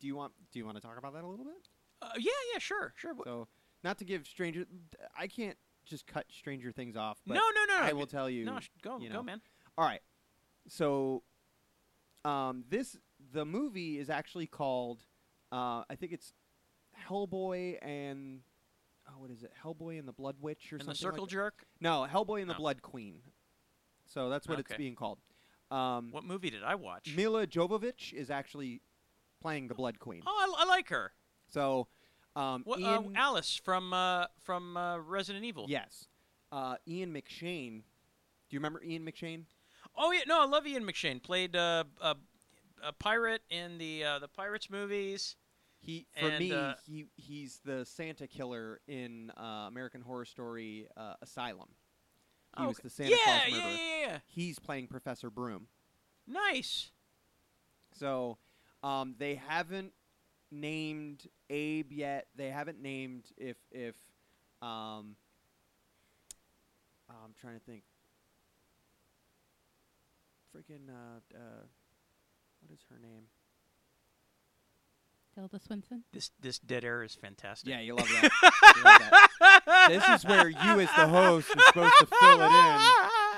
S2: Do you want? Do you want to talk about that a little bit?
S1: Uh, yeah, yeah, sure, sure.
S2: So, not to give Stranger, I can't just cut Stranger Things off. But
S1: no, no, no.
S2: I will tell you.
S1: No, sh- go,
S2: you
S1: go,
S2: know,
S1: man.
S2: All right. So, um, this the movie is actually called, uh, I think it's Hellboy and oh, what is it? Hellboy and the Blood Witch or
S1: And
S2: something.
S1: the circle
S2: like that.
S1: jerk.
S2: No, Hellboy and the
S1: No.
S2: Blood Queen. So that's what
S1: Okay.
S2: it's being called. Um,
S1: What movie did I watch?
S2: Mila Jovovich is actually playing the Blood Queen.
S1: Oh, I, I like her.
S2: So, um,
S1: What, uh,
S2: Ian,
S1: Alice from uh, from uh, Resident Evil.
S2: yes, uh, Ian McShane. Do you remember Ian McShane?
S1: Oh yeah, no, I love Ian McShane. Played uh, a, a pirate in the uh, the Pirates movies.
S2: He for
S1: And,
S2: me,
S1: uh,
S2: he he's the Santa killer in uh, American Horror Story uh, Asylum. He was
S1: Oh, Okay.
S2: the Santa
S1: Yeah,
S2: Claus
S1: yeah,
S2: murderer.
S1: yeah, yeah.
S2: He's playing Professor Broom.
S1: Nice.
S2: So um, they haven't named Abe yet. They haven't named if if um, I'm trying to think. Freaking uh, uh, what is her name?
S5: Tilda Swinton.
S1: This this dead air is fantastic.
S2: Yeah, you love that. You love that. This is where you, as the host, are supposed to fill it in.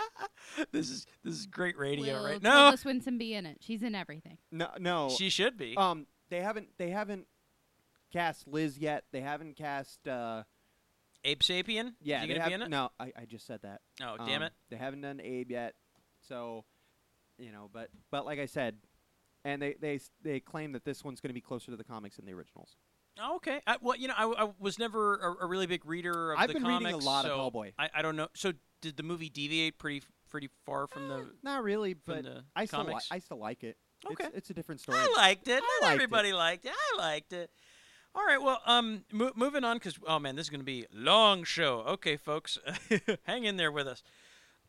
S1: This is this is great radio
S5: Will
S1: right now.
S5: Tilda Swinton be in it? She's in everything.
S2: No, no.
S1: She should be.
S2: Um, they haven't they haven't cast Liz yet. They haven't cast. Uh,
S1: Ape Sapien?
S2: yeah,
S1: Is he gonna
S2: they
S1: be in
S2: haven't-
S1: it?
S2: No, I, I just said that.
S1: Oh, damn
S2: Um,
S1: it.
S2: They haven't done Abe yet, so you know. But but like I said, and they they s- they claim that this one's going to be closer to the comics than the originals.
S1: Oh, okay. I, well, you know, I, I was never a, a really big reader of
S2: I've
S1: the
S2: been
S1: comics.
S2: reading a lot of
S1: so
S2: Hellboy.
S1: I, I don't know. So did the movie deviate pretty pretty far from the?
S2: Eh, Not really, but
S1: the
S2: I still li-
S1: comics.
S2: I still like it.
S1: Okay.
S2: It's, it's a different story.
S1: I liked it.
S2: I
S1: Not
S2: liked it.
S1: everybody liked it. I liked it. All right. Well, um, mo- moving on because oh man, this is gonna be a long show. Okay, folks, hang in there with us.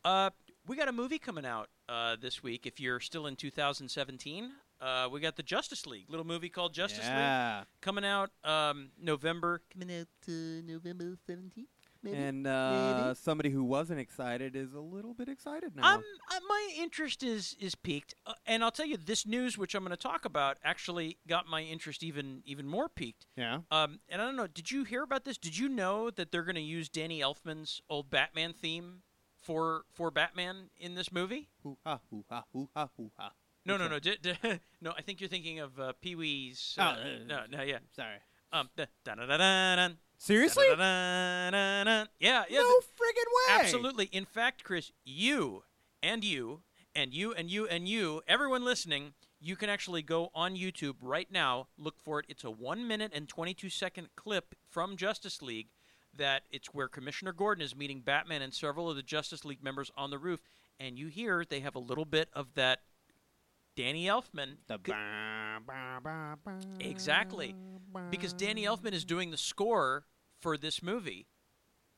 S1: Uh, we got a movie coming out uh, this week. If you're still in 2017, uh, we got the Justice League, little movie called Justice League,
S2: yeah.
S1: coming out um November.
S11: Coming out uh, November 17th. Maybe.
S2: And uh, somebody who wasn't excited is a little bit excited now.
S1: I'm, uh, my interest is is peaked, uh, and I'll tell you this news, which I'm going to talk about, actually got my interest even even more peaked.
S2: yeah.
S1: Um, and I don't know, did you hear about this? Did you know that they're going to use Danny Elfman's old Batman theme for for Batman in this movie?
S2: Hoo ha hoo ha hoo ha hoo ha.
S1: No,
S2: Which
S1: no,
S2: one?
S1: no, d- d- no. I think you're thinking of uh, Pee Wee's.
S2: Oh,
S1: Uh,
S2: uh,
S1: no, no, yeah.
S2: Sorry.
S1: Um, da da da da
S2: Seriously?
S1: Yeah, yeah.
S2: no
S1: th-
S2: friggin' way.
S1: Absolutely. In fact, Chris, you and you and you and you and you, everyone listening, you can actually go on YouTube right now, look for it. It's a 1 minute and 22 second clip from Justice League that it's where Commissioner Gordon is meeting Batman and several of the Justice League members on the roof and you hear they have a little bit of that Danny Elfman
S2: The
S1: c-
S2: ba- ba- ba- ba-
S1: Exactly. because Danny
S2: ba-
S1: Elfman is doing the score for this movie.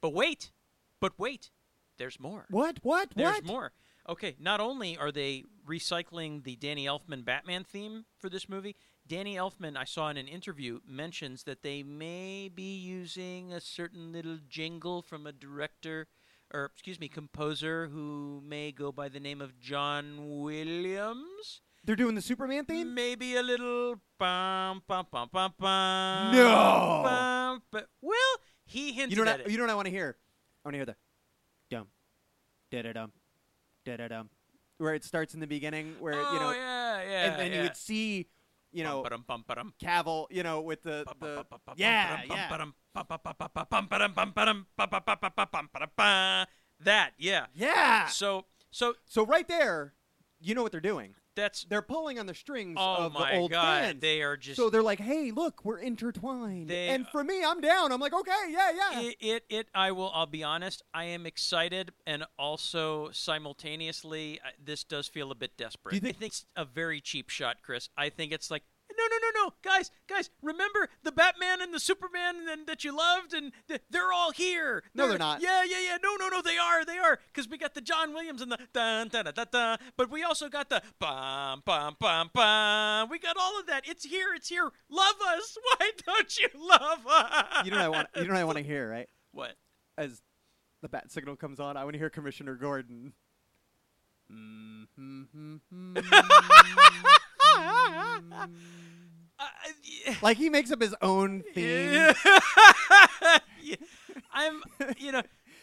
S1: But wait, but wait, there's more.
S2: What? What?
S1: There's
S2: what?
S1: more. Okay, not only are they recycling the Danny Elfman Batman theme for this movie, Danny Elfman, I saw in an interview, mentions that they may be using a certain little jingle from a director, or excuse me, composer who may go by the name of John Williams.
S2: They're doing the Superman theme.
S1: Maybe a little bum bum bum bum bum.
S2: No.
S1: Bum, but well, he hinted
S2: You know
S1: at
S2: what? I,
S1: Mm, it.
S2: you know what I want to hear. I want to hear the dum, da da dum, da da dum, where it starts in the beginning, where
S1: oh
S2: you know,
S1: yeah, yeah,
S2: and then
S1: yeah.
S2: you would see, you
S1: Bum,
S2: know,
S1: ba-dum, bum, ba-dum.
S2: Cavill, you know, with the the yeah, yeah,
S1: That, yeah.
S2: yeah.
S1: So, so
S2: So right there, you know what they're doing.
S1: that's
S2: They're pulling on the strings
S1: oh
S2: of the
S1: my
S2: old
S1: god,
S2: fans.
S1: they are just
S2: so they're like, "Hey, look, we're intertwined."
S1: They-
S2: and for me, I'm down. I'm like, "Okay, yeah, yeah."
S1: it, it, it. I will. I'll be honest. I am excited, and also simultaneously, I, this does feel a bit desperate.
S2: Do you think-
S1: I think it's a very cheap shot, Chris. I think it's like. No, no, no, no, guys, guys! Remember the Batman and the Superman and that you loved, and th- they're all here.
S2: No, they're not.
S1: Yeah, yeah, yeah. No, no, no, they are, they are. Because we got the John Williams and the dun dun dun dun, dun, but we also got the bum bum bum bum. We got all of that. It's here, it's here. Love us. Why don't you love us?
S2: you know what I want? You know what I want to hear, right?
S1: What?
S2: as the bat signal comes on, I want to hear Commissioner Gordon.
S1: I- I-
S2: like he makes up his own theme.
S1: Yeah. I'm, you know,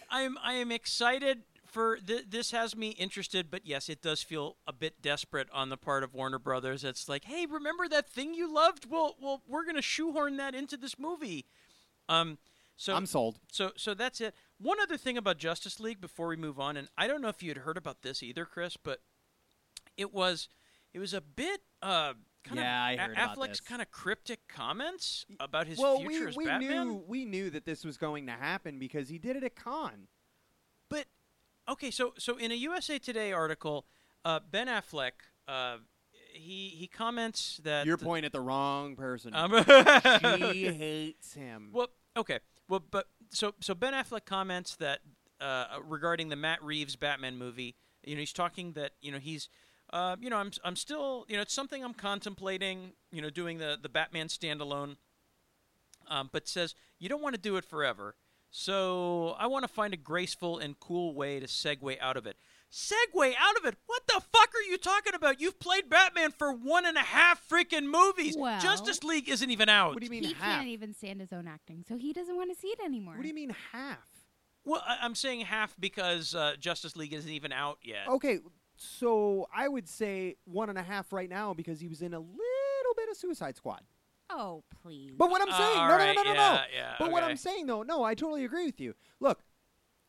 S1: I'm, I am excited for th- this. Has me interested, but yes, it does feel a bit desperate on the part of Warner Brothers. It's like, hey, remember that thing you loved? Well, well, we're gonna shoehorn that into this movie. Um, so
S2: I'm sold.
S1: so so that's it. One other thing about Justice League before we move on, and I don't know if you had heard about this either, Chris, but it was it was a bit uh kind
S2: Yeah, I
S1: of
S2: heard
S1: A-
S2: about
S1: Affleck's
S2: this.
S1: kind of cryptic comments about his
S2: well,
S1: future
S2: we,
S1: as
S2: we
S1: Batman.
S2: knew we knew that this was going to happen because he did it at con.
S1: But okay, so so in a USA Today article, uh, Ben Affleck, uh, he he comments that
S2: You're pointing at the wrong person.
S1: Um,
S2: she hates him. Um,
S1: Well, okay. Well, but so so Ben Affleck comments that uh, regarding the Matt Reeves Batman movie. You know, he's talking that you know he's, uh, you know, I'm I'm still you know it's something I'm contemplating. You know, doing the the Batman standalone. Um, but says you don't want to do it forever. So I want to find a graceful and cool way to segue out of it. Segue out of it? What the fuck are you talking about? You've played Batman for one and a half freaking movies.
S5: Well-
S1: Justice League isn't even out.
S2: What do you mean
S5: he
S2: half?
S5: can't even stand his own acting, so he doesn't want to see it anymore.
S2: What do you mean half?
S1: Well, I- I'm saying half because uh, Justice League isn't even out yet.
S2: Okay, so I would say one and a half right now because he was in a little bit of Suicide Squad.
S5: Oh, please.
S2: But what I'm
S1: Uh,
S2: saying,
S1: all
S2: no,
S1: right,
S2: no, no, no, no.
S1: yeah, yeah,
S2: but what
S1: okay.
S2: I'm saying, though, no, I totally agree with you. Look,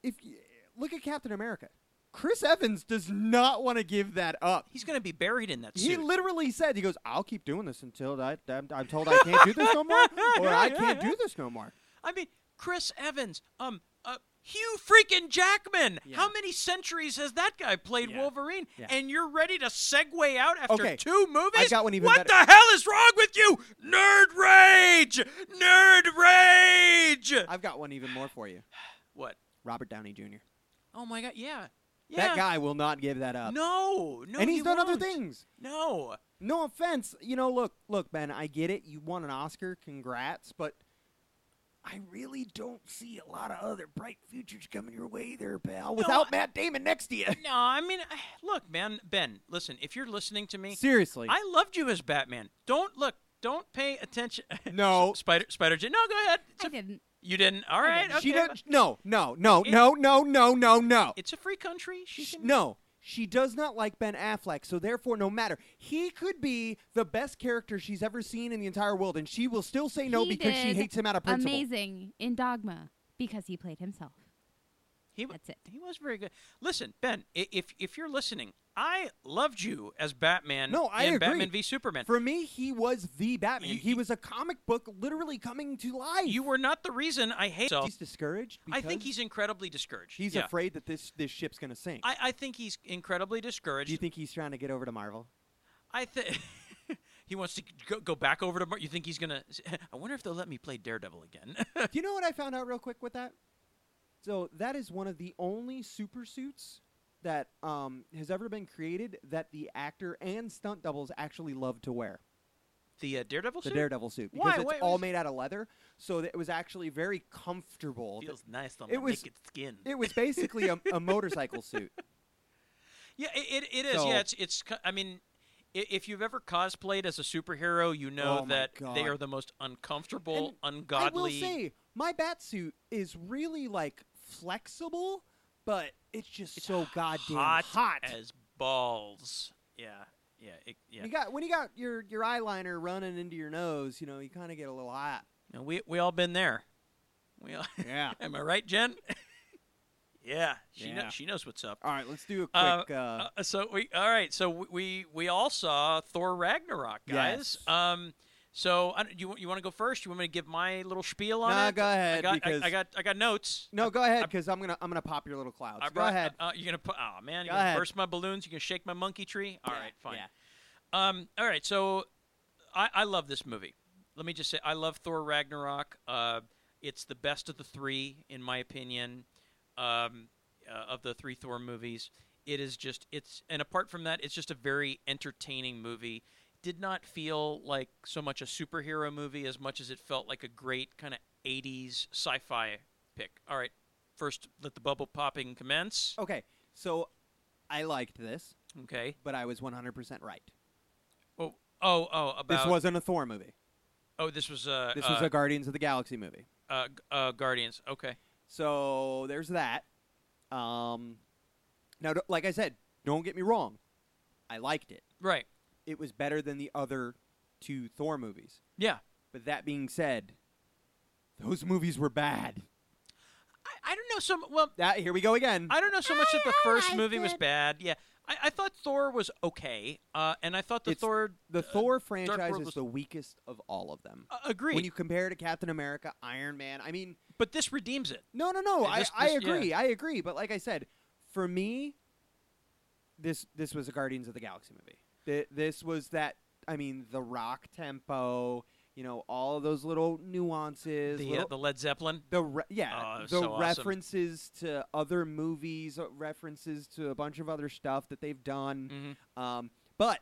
S2: if y look at Captain America, Chris Evans does not want to give that up.
S1: He's going to be buried in that
S2: He
S1: suit.
S2: literally said, "He goes, I'll keep doing this until I, I'm, I'm told I can't do this no more, or I can't do this no more."
S1: I mean, Chris Evans, um, uh, Hugh freaking Jackman.
S2: Yeah.
S1: How many centuries has that guy played
S2: Yeah.
S1: Wolverine?
S2: Yeah.
S1: And you're ready to segue out after
S2: Okay.
S1: two movies?
S2: I got one even
S1: what
S2: better.
S1: the hell is wrong with you? Nerd rage! Nerd rage!
S2: I've got one even more for you,
S1: what?
S2: Robert Downey Jr.
S1: Oh my god! Yeah, yeah.
S2: That guy will not give that up,
S1: No, no.
S2: and he's
S1: he
S2: done other
S1: won't.
S2: things.
S1: No.
S2: No offense, you know, look, look, Ben, I get it. You won an Oscar, congrats, but I really don't see a lot of other bright futures coming your way there, pal. Without Matt Damon next to you,
S1: No, I mean, I- look, man, Ben, listen. If you're listening to me,
S2: seriously.
S1: I loved you as Batman. Don't look. Don't pay attention.
S2: No.
S1: Spider Spider J. No, go ahead. It's
S5: I
S1: a-
S5: didn't.
S1: you didn't. All right.
S2: she
S1: okay.
S2: does no, no, no,
S1: It-
S2: no, no, no, no, no.
S1: It's a free country. She
S2: Sh-
S1: can.
S2: no, she does not like Ben Affleck, so therefore, no matter, he could be the best character she's ever seen in the entire world, and she will still say no
S5: He
S2: because she
S5: did
S2: hates him out of principle.
S5: Amazing in Dogma because he played himself.
S1: He wa-
S5: That's it.
S1: He was very good. Listen, Ben, i- if if you're listening, I loved you as Batman.
S2: No, I
S1: in
S2: agree.
S1: Batman v Superman.
S2: For me, he was the Batman.
S1: You-
S2: he was a comic book literally coming to life.
S1: you were not the reason I hate. myself.
S2: he's discouraged.
S1: I think
S2: because
S1: he's incredibly discouraged.
S2: He's
S1: yeah.
S2: afraid that this this ship's gonna sink.
S1: I, I think he's incredibly discouraged.
S2: Do you think he's trying to get over to Marvel?
S1: I think he wants to go, go back over to. Mar- you think he's gonna? I wonder if they'll let me play Daredevil again.
S2: Do you know what I found out real quick with that? So that is one of the only super suits that um, has ever been created that the actor and stunt doubles actually love to wear.
S1: the uh, Daredevil
S2: The
S1: suit
S2: Daredevil suit because
S1: Why?
S2: it's
S1: Why- why
S2: all
S1: is-
S2: made out of leather, so that it was actually very comfortable. that-
S1: feels nice on
S2: it
S1: my
S2: was-
S1: naked skin.
S2: it was basically a, a motorcycle suit.
S1: yeah, it, it, it is.
S2: So-
S1: yeah, it's it's. co- I mean, i- if you've ever cosplayed as a superhero, you know
S2: Oh my
S1: that they
S2: God.
S1: are the most uncomfortable,
S2: I will
S1: ungodly.
S2: say my bat suit is really like flexible, but it's just so goddamn
S1: hot,
S2: hot.
S1: as balls. Yeah, yeah, it, yeah.
S2: You got when you got your your eyeliner running into your nose, you know, you kind of get a little hot.
S1: No, we we all been there. We all,
S2: Yeah.
S1: am I right, Jen? yeah, she
S2: Yeah.
S1: knows she knows what's up.
S2: All right, let's do a
S1: Uh,
S2: quick. Uh,
S1: Uh, so we all right. So we- we we all saw Thor Ragnarok, guys.
S2: Yes.
S1: Um, so I, don't- you want- you want to go first? You want me to give my little spiel on
S2: Nah,
S1: it?
S2: go
S1: I
S2: ahead,
S1: got, I-
S2: because-
S1: I, got I got notes.
S2: no, go ahead because I'm gonna I'm gonna pop your little clouds.
S1: I
S2: go
S1: brought-
S2: ahead.
S1: Uh, you're gonna put. Oh man, you're
S2: Go
S1: gonna
S2: ahead.
S1: burst my balloons. You're gonna shake my monkey tree. All right,
S2: Yeah,
S1: fine.
S2: yeah.
S1: Um, all right. So I I love this movie. Let me just say I love Thor Ragnarok. Uh, it's the best of the three in my opinion. Um, uh, of the three Thor movies, it is just it's and apart from that, it's just a very entertaining movie. Did not feel like so much a superhero movie as much as it felt like a great kind of 80s sci-fi pick. All right. First, let the bubble popping commence.
S2: okay, so I liked this,
S1: Okay.
S2: but I was 100 percent right.
S1: Oh, oh, oh, about
S2: this wasn't a Thor movie.
S1: oh, this was uh,
S2: This
S1: uh,
S2: was a Guardians of the Galaxy movie.
S1: uh, g- uh, Guardians. Okay.
S2: So there's that. Um, now, d- like I said, don't get me wrong. I liked it.
S1: Right.
S2: It was better than the other two Thor movies.
S1: Yeah.
S2: But that being said, those movies were bad.
S1: I, I don't know so m- well.
S2: That here we go again.
S1: I don't know so much that the
S5: I
S1: first
S5: liked
S1: movie was
S5: it.
S1: bad. Yeah. I, I thought Thor was okay, uh, and I thought the
S2: It's-
S1: Thor
S2: the
S1: uh,
S2: Thor
S1: World
S2: franchise is
S1: was-
S2: the weakest of all of them.
S1: uh, agreed.
S2: When you compare it to Captain America, Iron Man, I mean,
S1: but this redeems it.
S2: No, no, no.
S1: Yeah,
S2: I,
S1: this-
S2: I
S1: this- yeah.
S2: agree. I agree. But like I said, for me, this this was a Guardians of the Galaxy movie. Th- This was that. I mean, the rock tempo. you know all those little nuances.
S1: The, uh,
S2: little-
S1: the Led Zeppelin.
S2: the re-
S1: Oh,
S2: yeah
S1: it was
S2: the
S1: so awesome.
S2: references to other movies uh, references to a bunch of other stuff that they've done
S1: Mm-hmm.
S2: um, but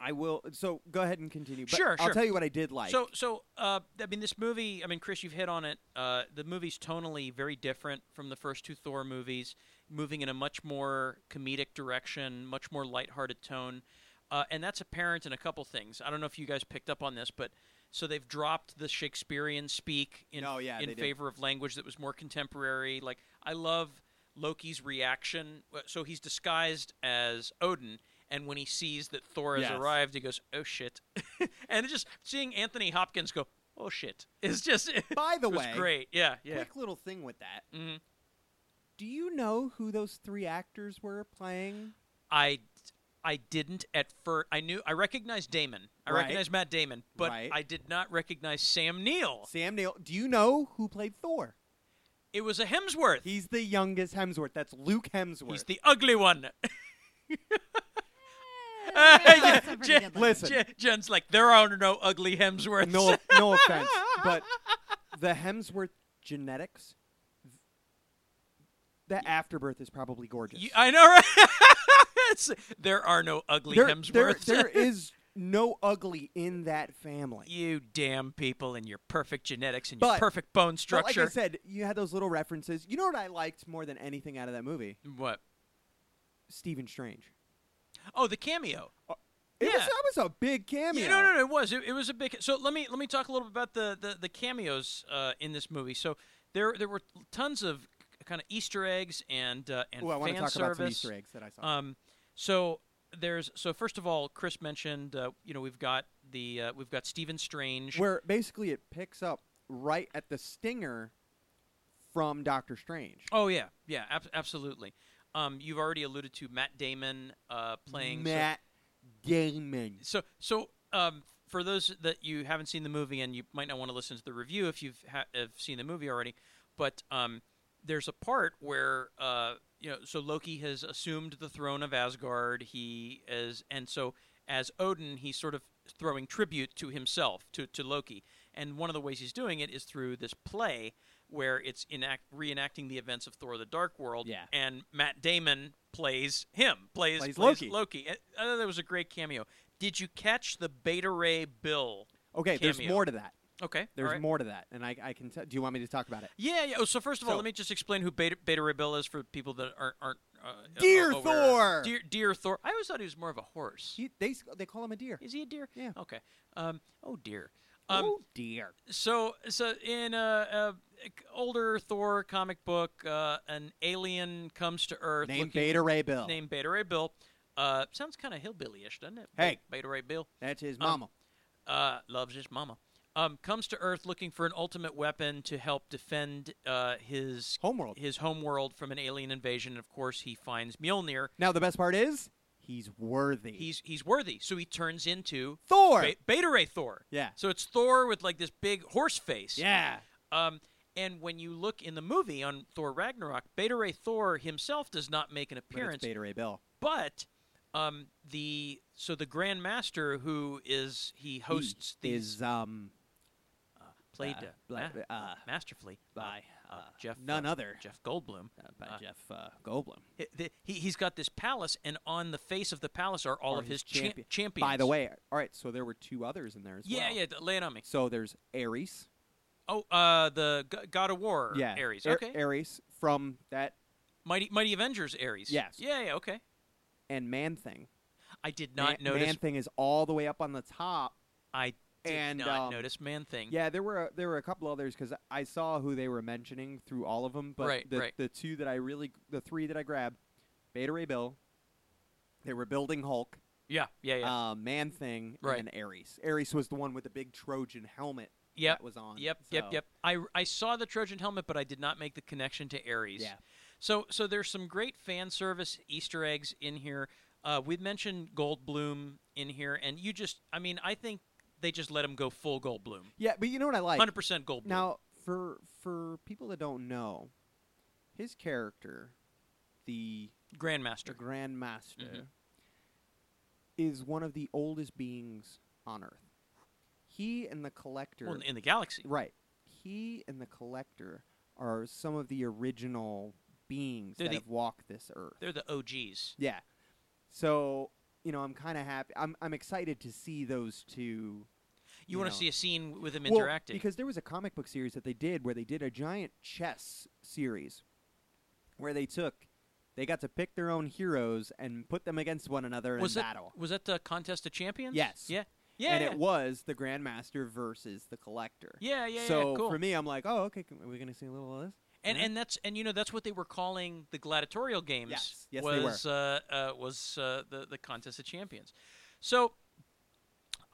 S2: i will so go ahead and continue but
S1: Sure,
S2: i'll
S1: sure.
S2: tell you what i did like
S1: So, so uh, I mean, this movie. I mean, Chris, you've hit on it. Uh, the movie's tonally very different from the first two Thor movies, moving in a much more comedic direction, much more lighthearted tone, uh, and that's apparent in a couple things. I don't know if you guys picked up on this, but so they've dropped the Shakespearean speak in
S2: Oh, yeah,
S1: in
S2: they did.
S1: favor of language that was more contemporary. Like, I love Loki's reaction. Uh, So he's disguised as Odin. And when he sees that Thor has
S2: Yes.
S1: arrived, he goes, "Oh shit!" and it's just seeing Anthony Hopkins go, "Oh shit," is just
S2: by the
S1: it was
S2: way
S1: great. Yeah, yeah.
S2: quick little thing with that
S1: hmm
S2: do you know who those three actors were playing
S1: I I didn't at first. I knew I recognized Damon. I
S2: Right.
S1: recognized Matt Damon, but
S2: Right.
S1: I did not recognize Sam Neill.
S2: sam neill do you know who played thor
S1: It was a Hemsworth.
S2: he's the youngest hemsworth that's luke hemsworth
S1: He's the ugly one.
S5: Uh, they all
S1: Yeah,
S5: suffered
S1: Jen-
S5: together.
S2: Listen.
S1: Jen- Jen's like, there are no ugly Hemsworths.
S2: no, no offense, but the Hemsworth genetics, the afterbirth is probably gorgeous.
S1: You- I know, right? It's- there are no ugly
S2: there, there,
S1: Hemsworths.
S2: there is no ugly in that family.
S1: you damn people and your perfect genetics and
S2: But-
S1: your perfect bone
S2: But
S1: structure.
S2: like I said, you had those little references. You know what I liked more than anything out of that movie?
S1: what?
S2: Stephen Strange.
S1: Oh, the cameo.
S2: It was,
S1: Yeah.
S2: that was a big cameo.
S1: Yeah, no, no, no. It was. It, it was a big. So let me let me talk a little bit about the the, the cameos uh, in this movie. So there there were tons of kind of Easter eggs and uh, and
S2: Ooh, I want
S1: fan
S2: to talk
S1: service.
S2: about some Easter eggs that I saw.
S1: Um, so there's so first of all, Chris mentioned uh, you know we've got the uh, we've got Stephen Strange.
S2: where basically it picks up right at the stinger from Doctor Strange.
S1: Oh yeah, yeah, ab- absolutely. Um, you've already alluded to Matt Damon uh, playing so-
S2: Matt Damon.
S1: So, so um, for those that you haven't seen the movie and you might not want to listen to the review if you've ha- have seen the movie already, but um, there's a part where uh, you know, so Loki has assumed the throne of Asgard. He is, and so as Odin, he's sort of throwing tribute to himself to to Loki, and one of the ways he's doing it is through this play where it's enact- reenacting the events of Thor: The Dark World.
S2: Yeah.
S1: and Matt Damon plays him, plays
S2: Plays Loki.
S1: Loki. I- I thought that was a great cameo. Did you catch the Beta Ray Bill?
S2: Okay, there's
S1: cameo?
S2: more to that.
S1: Okay, all
S2: There's
S1: right.
S2: more to that, and I, I can. T- do you want me to talk about it?
S1: Yeah, yeah. Oh, so first of all,
S2: So-
S1: let me just explain who Beta, Beta Ray Bill is for people that aren't aren't. Uh,
S2: Dear
S1: uh, aware.
S2: Thor!
S1: Dear, dear Thor. I always thought he was more of a horse.
S2: He, they s- they call him a deer.
S1: Is he a deer?
S2: Yeah.
S1: Okay. Um. Oh dear. Um,
S2: oh dear.
S1: So, so in uh, a, a older Thor comic book, uh, an alien comes to Earth.
S2: Name
S1: looking-
S2: Beta Ray Bill.
S1: Named Beta Ray Bill. Uh, sounds kind of hillbilly-ish, doesn't it?
S2: Hey.
S1: Beta Ray Bill.
S2: That's his
S1: um,
S2: mama.
S1: uh, loves his mama. Um, comes to Earth looking for an ultimate weapon to help defend uh, his
S2: Homeworld.
S1: his homeworld from an alien invasion. And of course, he finds Mjolnir.
S2: now the best part is he's worthy.
S1: He's he's worthy, so he turns into
S2: Thor.
S1: Be- Beta Ray Thor.
S2: Yeah.
S1: So it's Thor with like this big horse face.
S2: yeah.
S1: Um, and when you look in the movie on Thor Ragnarok, Beta Ray Thor himself does not make an
S2: But it's
S1: appearance.
S2: Beta Ray Bill.
S1: but um, the so the Grand Master who is he hosts
S2: he
S1: these
S2: is um
S1: played
S2: uh,
S1: uh,
S2: bla-
S1: ma-
S2: uh,
S1: masterfully
S2: by,
S1: uh,
S2: uh,
S1: Jeff
S2: none
S1: uh,
S2: other
S1: Jeff Goldblum.
S2: uh, by
S1: Uh,
S2: Jeff uh, Goldblum.
S1: He, the- he, he's got this palace, and on the face of the palace are all
S2: Or
S1: of his,
S2: champi-
S1: champ- champions.
S2: By the way, all right. So there were two others in there as
S1: yeah,
S2: well.
S1: yeah, d- lay it on me.
S2: So there's Ares.
S1: Oh, uh, the g- God of War,
S2: yeah.
S1: Er, Ares.
S2: Ar-
S1: okay,
S2: Ares from that
S1: Mighty Mighty Avengers, Ares.
S2: Yes.
S1: Yeah, yeah, okay.
S2: and Man Thing.
S1: I did not
S2: man,
S1: notice.
S2: Man Thing is all the way up on the top.
S1: I did
S2: and,
S1: not
S2: um,
S1: notice Man Thing.
S2: Yeah, there were a, there were a couple others because I saw who they were mentioning through all of them, but
S1: Right,
S2: the,
S1: right.
S2: the two that I really, the three that I grabbed, Beta Ray Bill, they were building Hulk,
S1: yeah, yeah, yeah.
S2: uh, Man Thing,
S1: Right.
S2: and then Ares. Ares was the one with the big Trojan helmet
S1: Yep,
S2: that was on.
S1: Yep, yep,
S2: so-
S1: yep. I, I saw the Trojan helmet, but I did not make the connection to Ares.
S2: Yeah.
S1: So so there's some great fan service Easter eggs in here. Uh, we mentioned Goldblum in here, and you just, I mean, I think they just let him go full Goldbloom,
S2: Yeah, but you know what I like
S1: hundred percent Goldblum.
S2: now for for people that don't know, his character, the
S1: Grandmaster.
S2: the Grand Master,
S1: Mm-hmm.
S2: is one of the oldest beings on Earth. he and the collector
S1: Well, in the galaxy.
S2: Right. He and the collector are some of the original beings
S1: They're
S2: that
S1: the-
S2: have walked this earth.
S1: They're the OGs.
S2: Yeah. So, you know, I'm kind of happy. I'm, I'm excited to see those two.
S1: You, want
S2: know.
S1: to see a scene with them
S2: Well,
S1: interacting?
S2: because there was a comic book series that they did where they did a giant chess series where they took, they got to pick their own heroes and put them against one another in
S1: was
S2: a
S1: that
S2: battle.
S1: was that the contest of champions?
S2: Yes.
S1: Yeah. Yeah.
S2: and
S1: yeah.
S2: it was the Grandmaster versus the Collector.
S1: Yeah, yeah, yeah,
S2: So
S1: cool.
S2: for me, I'm like, oh, okay, c- are we going to see a little of this?
S1: and
S2: Yeah.
S1: and that's and you know that's what they were calling the gladiatorial games.
S2: Yes. Yes, they were.
S1: was Uh, uh, was uh, the the contest of champions. So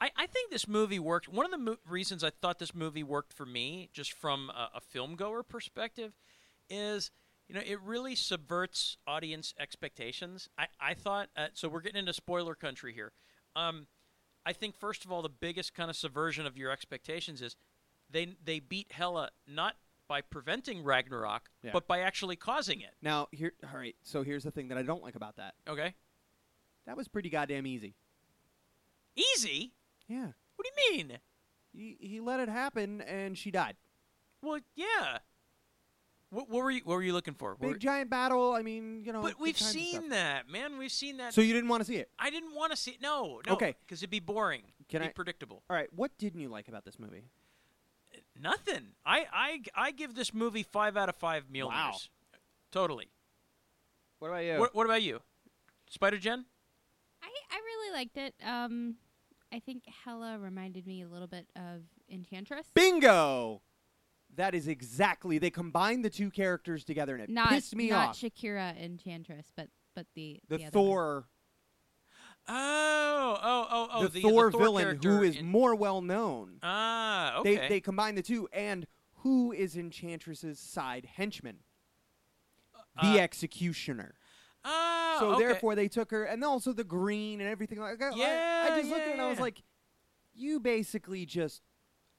S1: I, I think this movie worked. One of the mo- reasons I thought this movie worked for me, just from a, a film goer perspective, is you know it really subverts audience expectations. I I thought uh, so. We're getting into spoiler country here. Um, I think first of all, the biggest kind of subversion of your expectations is they they beat Hela not by preventing Ragnarok,
S2: Yeah.
S1: but by actually causing it.
S2: Now, here, all right, so here's the thing that I don't like about that.
S1: Okay,
S2: That was pretty goddamn easy.
S1: easy.
S2: Yeah.
S1: What do you mean?
S2: He, he let it happen and she died.
S1: Well, yeah. What, what were you What were you looking for? Were-
S2: Big giant battle. I mean, you know.
S1: but
S2: good
S1: we've
S2: times and
S1: seen
S2: stuff.
S1: that, man. We've seen that.
S2: So you didn't want to see it.
S1: I didn't want to see. No, no.
S2: Okay.
S1: Because it'd be boring.
S2: Can
S1: be
S2: I-
S1: predictable.
S2: All right, what didn't you like about this movie?
S1: Nothing. I, I, I give this movie five out of five Mjolnirs.
S2: Wow.
S1: Totally.
S2: What about you?
S1: What, what about you, Spider Jen?
S5: I, I really liked it. Um, I think Hella reminded me a little bit of Enchantress.
S2: Bingo. That is exactly. They combined the two characters together and it
S5: not
S2: pissed me
S5: not
S2: off.
S5: Shakira Enchantress, but but the
S2: the
S5: other one.
S2: Thor,
S1: Oh, oh, oh, oh.
S2: the,
S1: The, the
S2: Thor,
S1: Thor
S2: villain
S1: character
S2: who is
S1: in-
S2: more well known.
S1: ah okay.
S2: They they combined the two and who is Enchantress's side henchman? The
S1: uh,
S2: executioner.
S1: Ah,
S2: so
S1: okay.
S2: therefore they took her and then also the green and everything like I- I- I,
S1: Yeah,
S2: just looked at
S1: yeah,
S2: it and I was
S1: yeah.
S2: like you basically just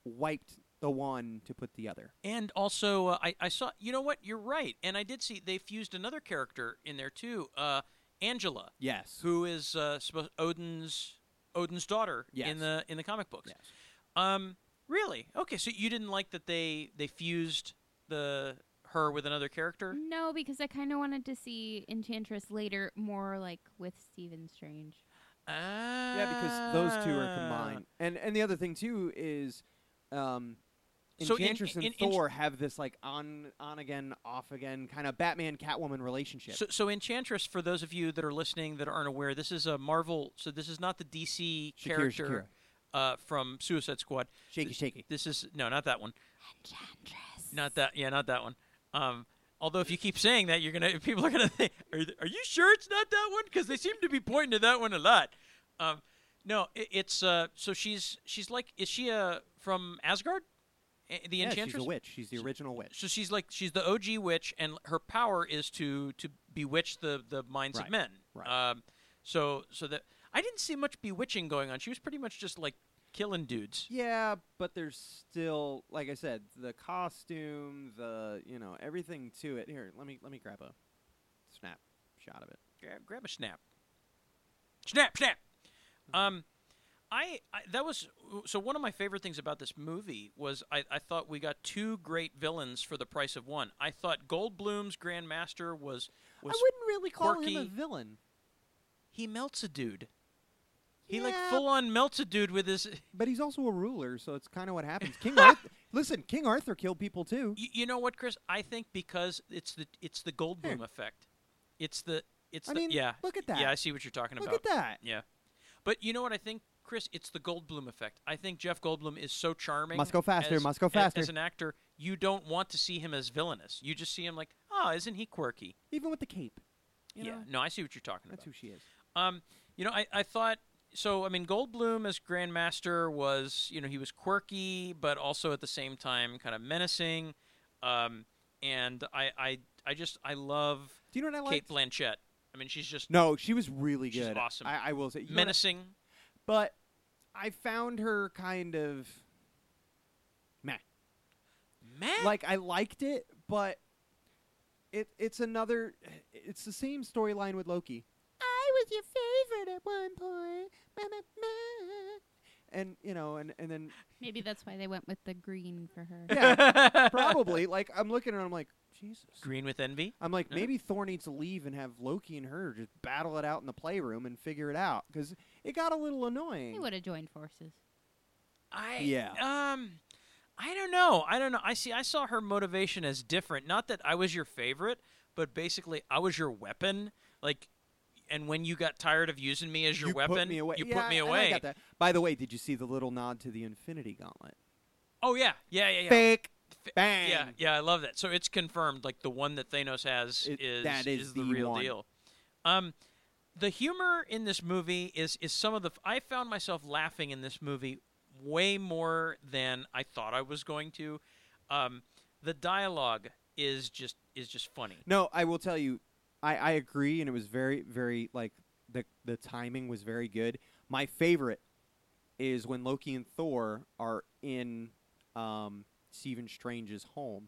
S2: wiped the one to put the other
S1: And also, uh, I, I saw. You know what? You're right. And I did see they fused another character in there too. Uh, Angela,
S2: yes
S1: who is uh, suppo- Odin's Odin's daughter
S2: Yes.
S1: in the in the comic books.
S2: Yes.
S1: Um, really? Okay. So you didn't like that they they fused the her with another
S2: Mm-hmm.
S1: character?
S5: No, because I kind of wanted to see Enchantress later, more like with Stephen Strange.
S1: Ah.
S2: yeah because those two are combined and and the other thing too is um
S1: So in-
S2: Enchantress
S1: in-
S2: and
S1: in-
S2: Thor have this like on on again off again kind of Batman Catwoman relationship
S1: So, so Enchantress, for those of you that are listening that aren't aware, this is a Marvel. So this is not the DC
S2: Shakira,
S1: character Uh, from Suicide Squad.
S2: shaky shaky
S1: This is no, not that one.
S5: Enchantress.
S1: Not that. Yeah, not that one. Um, although if you keep saying that, you're gonna people are gonna think, are, th- are you sure it's not that one? Because they seem to be pointing to that one a lot. Um, no, it, it's uh, so she's she's like is she uh from Asgard, A- the
S2: yeah,
S1: Enchantress?
S2: she's a witch she's the original witch
S1: So she's like she's the OG witch, and her power is to to bewitch the the minds
S2: Right,
S1: of men.
S2: right.
S1: Um, so so that I didn't see much bewitching going on. She was pretty much just like killing dudes.
S2: Yeah, but there's still, like I said, the costume, the you know everything to it. Here, let me let me grab a snap shot of it.
S1: grab, grab a snap. Snap, snap. Um, I, I that was so one of my favorite things about this movie was I, I thought we got two great villains for the price of one. I thought Goldblum's Grandmaster was was
S2: I wouldn't really call him a
S1: quirky.
S2: villain,
S1: he melts a dude. He like
S2: Yeah.
S1: full on melts a dude with his.
S2: but he's also a ruler, so it's kind of what happens. King Arthur, listen, King Arthur killed people too.
S1: You, you know what, Chris? I think because it's the it's the Goldblum effect. It's the it's
S2: I
S1: the
S2: mean,
S1: yeah
S2: look at that.
S1: yeah I see what you're talking
S2: Look
S1: about.
S2: at that,
S1: Yeah. But you know what I think, Chris? It's the Goldblum effect. I think Jeff Goldblum is so charming.
S2: Must go faster,
S1: as-
S2: must go
S1: as-
S2: faster.
S1: As, an actor, you don't want to see him as villainous. You just see him like, oh, isn't he quirky?
S2: even with the cape. you
S1: yeah.
S2: know,
S1: No, I see what you're talking
S2: that's who
S1: about.
S2: she is.
S1: Um, you know, I, I thought so. I mean, Goldblum as Grandmaster was, you know, he was quirky, but also at the same time kind of menacing. Um, and I, I, I just I love
S2: Do you know what I
S1: Kate
S2: like?
S1: Blanchett. I mean, she's just
S2: No, she was really
S1: She's
S2: good.
S1: awesome.
S2: I, I will say, you know what I-
S1: menacing.
S2: but I found her kind of meh.
S1: Man,
S2: like I liked it, but it it's another it's the same storyline with Loki. I was your favorite at one point. ma, ma, ma. and you know, and and then
S5: Maybe that's why they went with the green for her.
S2: yeah, probably. Like I'm looking and I'm like, Jesus.
S1: Green with envy.
S2: I'm like,
S1: Yeah.
S2: maybe Thor needs to leave and have Loki and her just battle it out in the playroom and figure it out because it got a little
S5: They
S2: annoying.
S5: would have joined forces.
S1: I
S2: Yeah.
S1: Um, I don't know. I don't know. I see. I saw her motivation as different. Not that I was your favorite, but basically I was your weapon. Like, and when you got tired of using me as your
S2: you
S1: weapon,
S2: put me away.
S1: you
S2: Yeah,
S1: put me
S2: I- I
S1: away.
S2: got that. By the way, did you see the little nod to the Infinity Gauntlet?
S1: Oh yeah, yeah, yeah, yeah.
S2: Fake.
S1: Fa-
S2: Bang.
S1: Yeah, yeah, I love that. So it's confirmed. Like the one that Thanos has
S2: It-
S1: is
S2: that is
S1: the,
S2: the
S1: real
S2: one.
S1: deal. Um, the humor in this movie is is some of the. I found myself laughing in this movie way more than I thought I was going to. Um, the dialogue is just is just funny.
S2: No, I will tell you, I, I agree, and it was very, very like the the timing was very good. My favorite is when Loki and Thor are in um, Stephen Strange's home,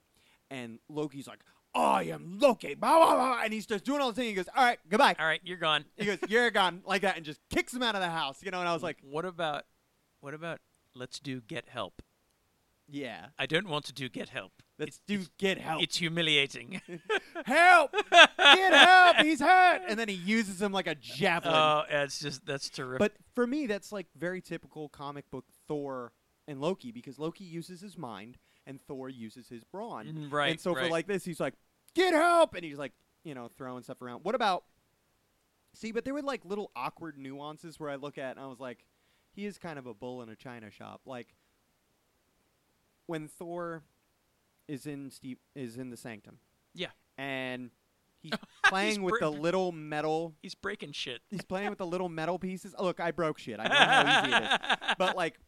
S2: and Loki's like, "I am Loki," blah, blah, blah, and he's just doing all the thing. He goes, "All right, goodbye."
S1: All right, you're gone.
S2: He goes, "You're gone," like that, and just kicks him out of the house. You know, and I was like,
S1: what about what about let's do get help?
S2: "Yeah,
S1: I don't want to do get help.
S2: let's do get help,
S1: It's humiliating.
S2: help, get help." He's hurt, and then he uses him like a javelin.
S1: Oh, it's just that's terrific.
S2: But for me, that's like very typical comic book Thor and Loki because Loki uses his mind and Thor uses his brawn.
S1: Mm, right,
S2: And so
S1: right.
S2: for like this, he's like, "Get help!" and he's like, you know, throwing stuff around. What about? See, but there were like little awkward nuances where I look at and I was like, he is kind of a bull in a china shop. Like when Thor is in Steve is in the sanctum.
S1: Yeah.
S2: And he's playing with
S1: br-
S2: the little metal
S1: He's breaking shit.
S2: he's playing with the little metal pieces. Oh, look, I broke shit. I know how easy it is. But like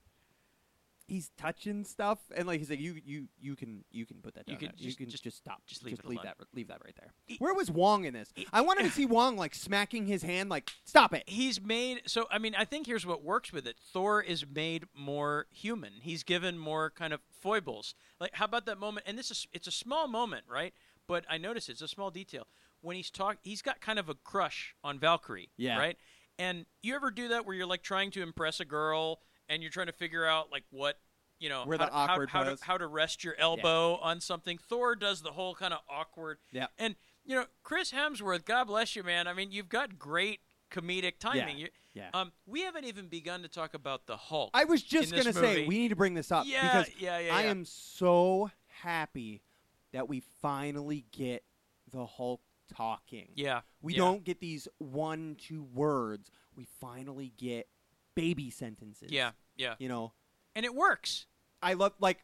S2: he's touching stuff and like he's like you you you can you can put that
S1: You
S2: down.
S1: can
S2: now. you
S1: just-
S2: can
S1: just-
S2: just, stop.
S1: just leave it
S2: leave
S1: alone.
S2: that leave that right there.
S1: It-
S2: Where was Wong in this? I wanted to see Wong like smacking his hand like stop it.
S1: he's made so i mean i think here's what works with it thor is made more human he's given more kind of foibles like how about that moment and this is it's a small moment right but i notice it's a small detail when he's talk he's got kind of a crush on valkyrie
S2: Yeah.
S1: right and you ever do that where you're like trying to impress a girl and you're trying to figure out like what you know
S2: Where
S1: how,
S2: the
S1: to- how-
S2: awkward
S1: how,
S2: pose.
S1: to, how to rest your elbow on something thor does the whole kind of awkward
S2: Yeah.
S1: and you know chris hemsworth god bless you man i mean you've got great comedic timing You-
S2: Yeah.
S1: um, we haven't even begun to talk about the Hulk.
S2: I was
S1: in
S2: just
S1: this
S2: gonna say
S1: movie-
S2: we need to bring this up
S1: yeah,
S2: because
S1: yeah, yeah,
S2: I
S1: yeah.
S2: am so happy that we finally get the Hulk talking.
S1: Yeah,
S2: We
S1: yeah.
S2: don't get these one, two words. We finally get baby sentences.
S1: Yeah, yeah,
S2: You know,
S1: and it works.
S2: I love, like,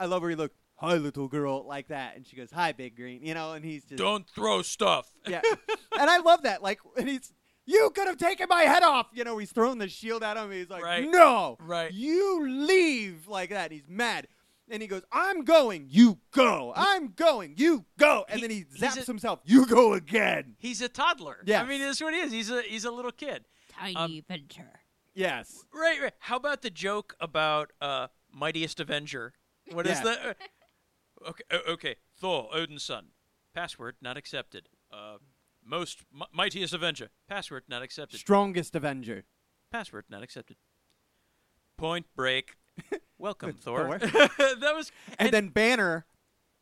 S2: I love where he look, hi, little girl, like that. And she goes, hi, big green, you know, and he's just,
S1: Don't throw stuff.
S2: yeah. and I love that. Like, and he's, you could have taken my head off. You know, he's throwing the shield at him. He's like,
S1: Right,
S2: no,
S1: right.
S2: you leave, like that. he's mad. And he goes, I'm going, you go. I'm going, you go.
S1: He-
S2: And then he
S1: he's
S2: zaps
S1: a-
S2: himself, you go again.
S1: He's a toddler. I
S2: Yes.
S1: mean, that's what he is. He's a he's a little kid.
S5: Tiny
S2: Um,
S5: venture.
S2: Yes.
S1: Right, right. How about the joke about uh, Mightiest Avenger? What is
S2: Yeah.
S1: that? Okay, o- okay. Thor, Odin's son. Password not accepted. Uh, most mi- Mightiest Avenger. Password not accepted.
S2: Strongest Avenger.
S1: Password not accepted. Point Break. Welcome, Thor.
S2: Thor.
S1: that was
S2: And, then Banner,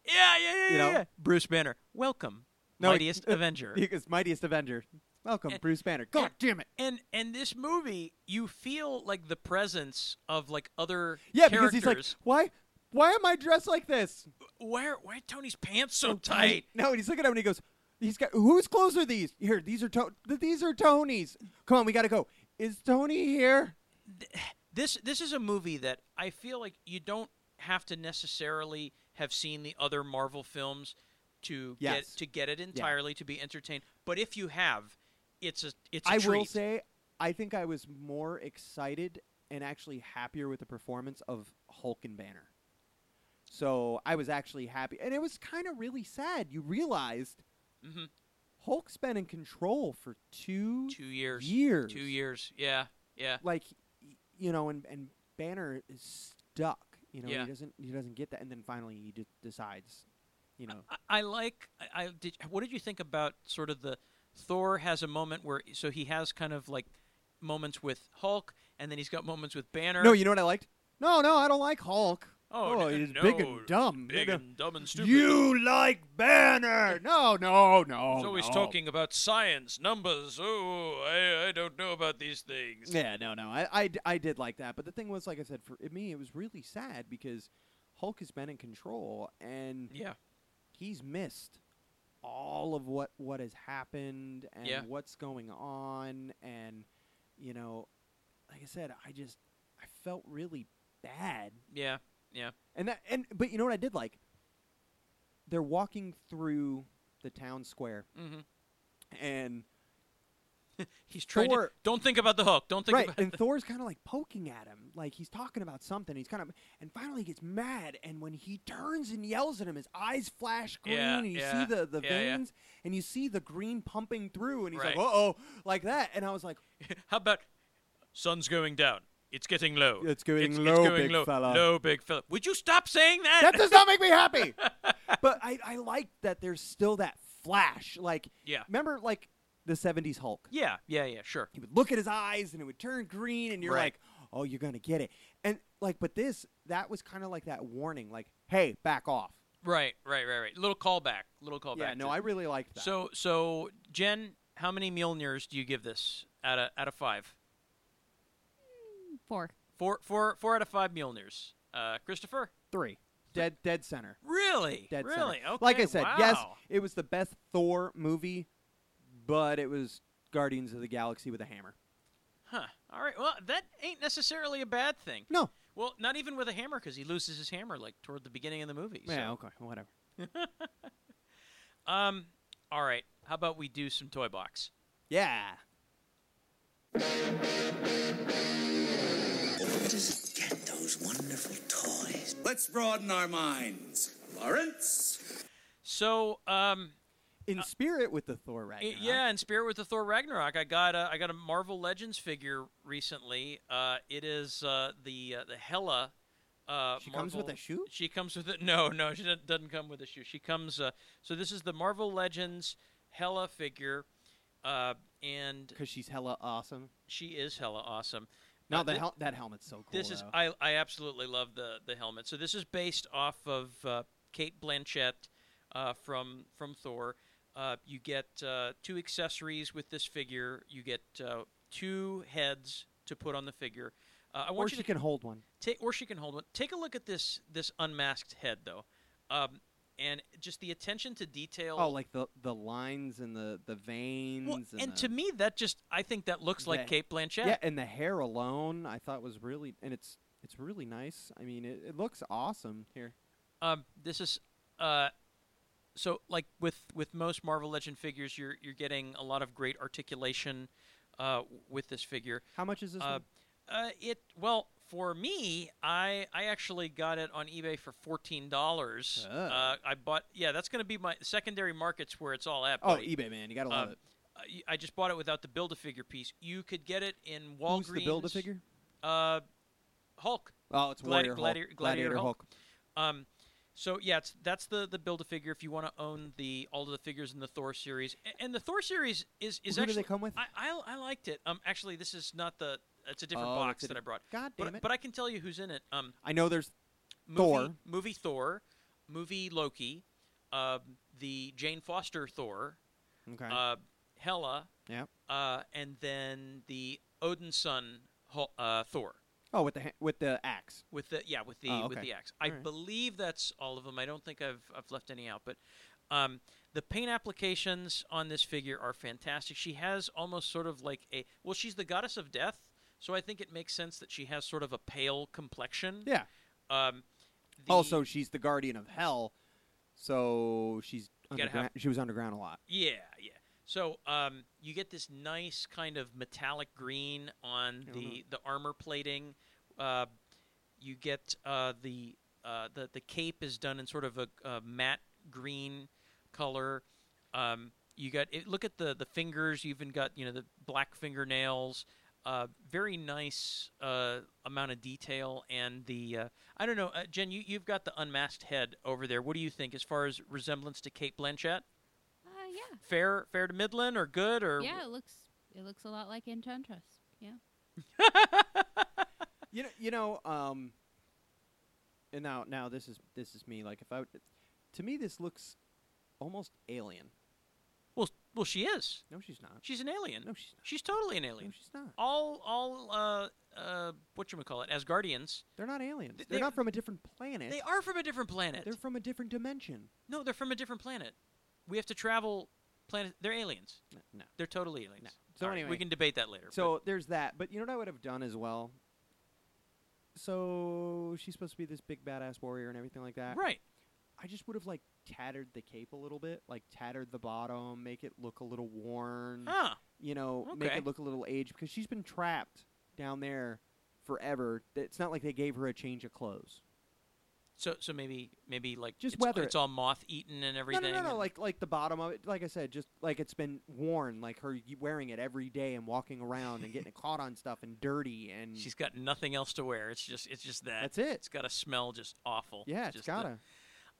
S1: Yeah, yeah, yeah,
S2: You
S1: yeah,
S2: know?
S1: yeah. Bruce Banner, welcome,
S2: No,
S1: mightiest
S2: he-
S1: Avenger.
S2: he goes, Mightiest Avenger. Welcome,
S1: And-
S2: Bruce Banner. God damn it.
S1: and and this movie, you feel like the presence of like other
S2: Yeah, because
S1: characters.
S2: he's like, why, why am I dressed like this?
S1: why are, why are Tony's pants
S2: Oh,
S1: so tight?
S2: No, and he's looking at him and he goes, he's got, whose clothes are these? Here, these are, to- th- these are Tony's. Come on, we got to go. Is Tony here?
S1: This this is a movie that I feel like you don't have to necessarily have seen the other Marvel films to
S2: Yes.
S1: get to get it entirely to be entertained. But if you have, it's a it's a
S2: I
S1: treat.
S2: will say, I think I was more excited and actually happier with the performance of Hulk and Banner. So I was actually happy, and it was kind of really sad. You realized
S1: Mhm.
S2: Hulk's been in control for two,
S1: two years,
S2: years.
S1: two years, yeah, yeah.
S2: Like, y- you know, and and Banner is stuck. You know,
S1: Yeah.
S2: he doesn't he doesn't get that, and then finally he just decides. You
S1: Uh,
S2: know,
S1: I, I like. I, I did. What did you think about sort of the Thor has a moment where so he has kind of like moments with Hulk, and then he's got moments with Banner.
S2: No, you know what I liked? No, no, I don't like Hulk.
S1: Oh, n-
S2: he's
S1: no,
S2: big and dumb.
S1: big
S2: You know,
S1: and dumb and stupid.
S2: You like Banner? No, no, no.
S1: He's always
S2: no.
S1: talking about science, numbers. Oh, I, I don't know about these things.
S2: Yeah, no, no. I, I, d- I did like that. But the thing was, like I said, for me, it was really sad because Hulk has been in control and
S1: Yeah.
S2: he's missed all of what, what has happened and
S1: Yeah.
S2: what's going on. And, you know, like I said, I just, I felt really bad.
S1: Yeah. Yeah.
S2: And that, and, but you know what I did like? They're walking through the town square
S1: Mm-hmm.
S2: and
S1: He's trying to.
S2: Thor-
S1: Don't think about the hook. Don't think
S2: right,
S1: about.
S2: and Thor's kind of like poking at him, like he's talking about something. He's kind of, and finally he gets mad, and when he turns and yells at him, his eyes flash green,
S1: Yeah,
S2: and you
S1: yeah,
S2: see the the
S1: yeah, yeah.
S2: veins, and you see the green pumping through, and he's
S1: Right.
S2: like, "Uh oh," like that, and I was like,
S1: How about sun's going down? It's getting low.
S2: It's getting
S1: it's,
S2: low,
S1: it's going
S2: big
S1: low.
S2: fella.
S1: Low, big fella. Would you stop saying that?
S2: "That does not make me happy." but I I like that there's still that flash, like
S1: Yeah.
S2: remember like the '70s Hulk.
S1: yeah. Yeah. Yeah. Sure.
S2: He would look at his eyes, and it would turn green, and you're
S1: Right.
S2: like, "Oh, you're gonna get it," and like, but this that was kind of like that warning, like, "Hey, back off."
S1: Right. Right. Right. Right. Little callback. Little callback.
S2: Yeah, no,
S1: Oh, to-
S2: I really liked that.
S1: So, so Jen, how many Mjolnirs do you give this out of out of five?
S5: Four.
S1: Four, four, four out of five Mjolnirs. Uh, Christopher,
S2: three. Dead dead center.
S1: really,
S2: Dead
S1: really,
S2: center.
S1: okay,
S2: like I said, yes,
S1: wow.
S2: it was the best Thor movie, but it was Guardians of the Galaxy with a hammer.
S1: Huh. All right. Well, that ain't necessarily a bad thing.
S2: No.
S1: Well, not even with a hammer, because he loses his hammer like toward the beginning of the movie.
S2: Yeah,
S1: so-
S2: okay, whatever.
S1: Um. All right. How about we do some toy box?
S2: Yeah.
S12: Just get those wonderful toys. Let's broaden our minds. Lawrence?
S1: So, um,
S2: In spirit with the Thor Ragnarok.
S1: i- yeah, in spirit with the Thor Ragnarok, I got a, I got a Marvel Legends figure recently. Uh, it is uh, the uh, the Hela. Uh,
S2: She comes with
S1: Marvel-
S2: a shoe?
S1: She comes with it. No, no, she doesn't- doesn't come with a shoe. She comes. Uh, so this is the Marvel Legends Hela figure, uh, and
S2: Because she's hella awesome.
S1: she is hella awesome.
S2: No,
S1: Uh,
S2: the
S1: thi-
S2: hel- that helmet's so cool.
S1: This is
S2: though.
S1: I, I absolutely love the the helmet. So this is based off of uh, Kate Blanchett uh, from from Thor. Uh, you get uh, two accessories with this figure. You get uh, two heads to put on the figure. Uh, I want
S2: or
S1: you
S2: she
S1: to
S2: can hold one.
S1: take or she can hold one. Take a look at this this unmasked head though, um, and just the attention to detail.
S2: Oh, like the the lines and the the veins.
S1: Well,
S2: and
S1: and
S2: the-
S1: to me that just I think that looks
S2: Yeah.
S1: like Kate Blanchett.
S2: Yeah, and the hair alone, I thought was really, and it's it's really nice. I mean, it, it looks awesome here.
S1: Um, this is uh, so like with with most Marvel Legend figures, you're you're getting a lot of great articulation uh, w- with this figure.
S2: How much is this?
S1: Uh,
S2: one?
S1: uh, it well for me, I I actually got it on eBay for fourteen dollars.
S2: Ah.
S1: Uh, I bought yeah, that's going to be my secondary markets where it's all at.
S2: Oh,
S1: buddy.
S2: eBay man, you gotta love
S1: um,
S2: it.
S1: Uh, y- I just bought it without the build a figure piece. You could get it in Walgreens.
S2: Who's the build a figure?
S1: Uh, Hulk.
S2: Oh, it's
S1: Gladi-
S2: Warrior Hulk.
S1: Gladiator- Gladiator
S2: Hulk.
S1: Um, so yeah, it's, that's the the build a figure. If you want to own the all of the figures in the Thor series, A- and the Thor series is is
S2: Who do they
S1: actually
S2: come with?
S1: I, I I liked it. Um, actually, this is not the it's a different
S2: Oh,
S1: box
S2: it's a
S1: that I brought.
S2: God damn
S1: But,
S2: it!
S1: but I can tell you who's in it. Um,
S2: I know there's
S1: movie,
S2: Thor.
S1: movie Thor, movie Loki, um, the Jane Foster Thor,
S2: okay.
S1: uh, Hela,
S2: Yep.
S1: uh, and then the Odin's son Hul- uh, Thor.
S2: oh, with the ha- with the axe.
S1: With the yeah, with the
S2: Oh,
S1: with
S2: okay.
S1: the axe. I
S2: Alright.
S1: believe that's all of them. I don't think I've I've left any out, but um, the paint applications on this figure are fantastic. She has almost sort of like a well, she's the goddess of death, so I think it makes sense that she has sort of a pale complexion.
S2: Yeah.
S1: Um, the-
S2: also, she's the guardian of hell, so she's
S1: Gotta have-
S2: underground. She was underground a lot.
S1: yeah, yeah. So um, you get this nice kind of metallic green on
S2: Yeah, I
S1: the the armor plating. Uh, you get uh, the uh, the the cape is done in sort of a, a matte green color. Um, you got it, look at the the fingers. You even got you know the black fingernails. Uh, very nice uh, amount of detail, and the uh, I don't know, uh, Jen. You you've got the unmasked head over there. What do you think as far as resemblance to Kate Blanchett?
S5: Uh, yeah.
S1: Fair fair to middling or good or
S5: Yeah, it looks it looks a lot like Enchantress. Yeah.
S2: you know, you know, um, and now, now this is this is me. Like, if I, would- to me, this looks almost alien.
S1: Well, well, she is.
S2: No, she's not.
S1: She's an alien.
S2: No, she's not.
S1: She's totally an alien.
S2: she's not.
S1: All, all, uh, uh, what you call it? Asgardians.
S2: They're not aliens.
S1: Th-
S2: They're
S1: they-
S2: not from a different planet.
S1: They are from a different planet.
S2: They're from a different dimension.
S1: no, they're from a different planet. We have to travel planet. They're aliens.
S2: No. no.
S1: They're totally aliens.
S2: So
S1: All right,
S2: anyway,
S1: we can debate that later.
S2: So there's that. But you know what I would have done as well. So she's supposed to be this big badass warrior and everything like that.
S1: but- right.
S2: I just would have like tattered the cape a little bit, like tattered the bottom, make it look a little worn.
S1: Huh.
S2: You know, make
S1: Okay.
S2: it look a little aged because she's been trapped down there forever. Th- It's not like they gave her a change of clothes.
S1: So, so maybe, maybe like
S2: Just
S1: it's,
S2: weather
S1: it's
S2: it.
S1: all moth eaten and everything.
S2: No, no, no, no.
S1: and-
S2: Like, like the bottom of it. Like I said, just like it's been worn. Like her y- wearing it every day and walking around and getting caught on stuff and dirty and
S1: she's got nothing else to wear. It's just, it's just that.
S2: That's it.
S1: It's got to smell just awful.
S2: yeah,
S1: just
S2: it's
S1: the-
S2: gotta.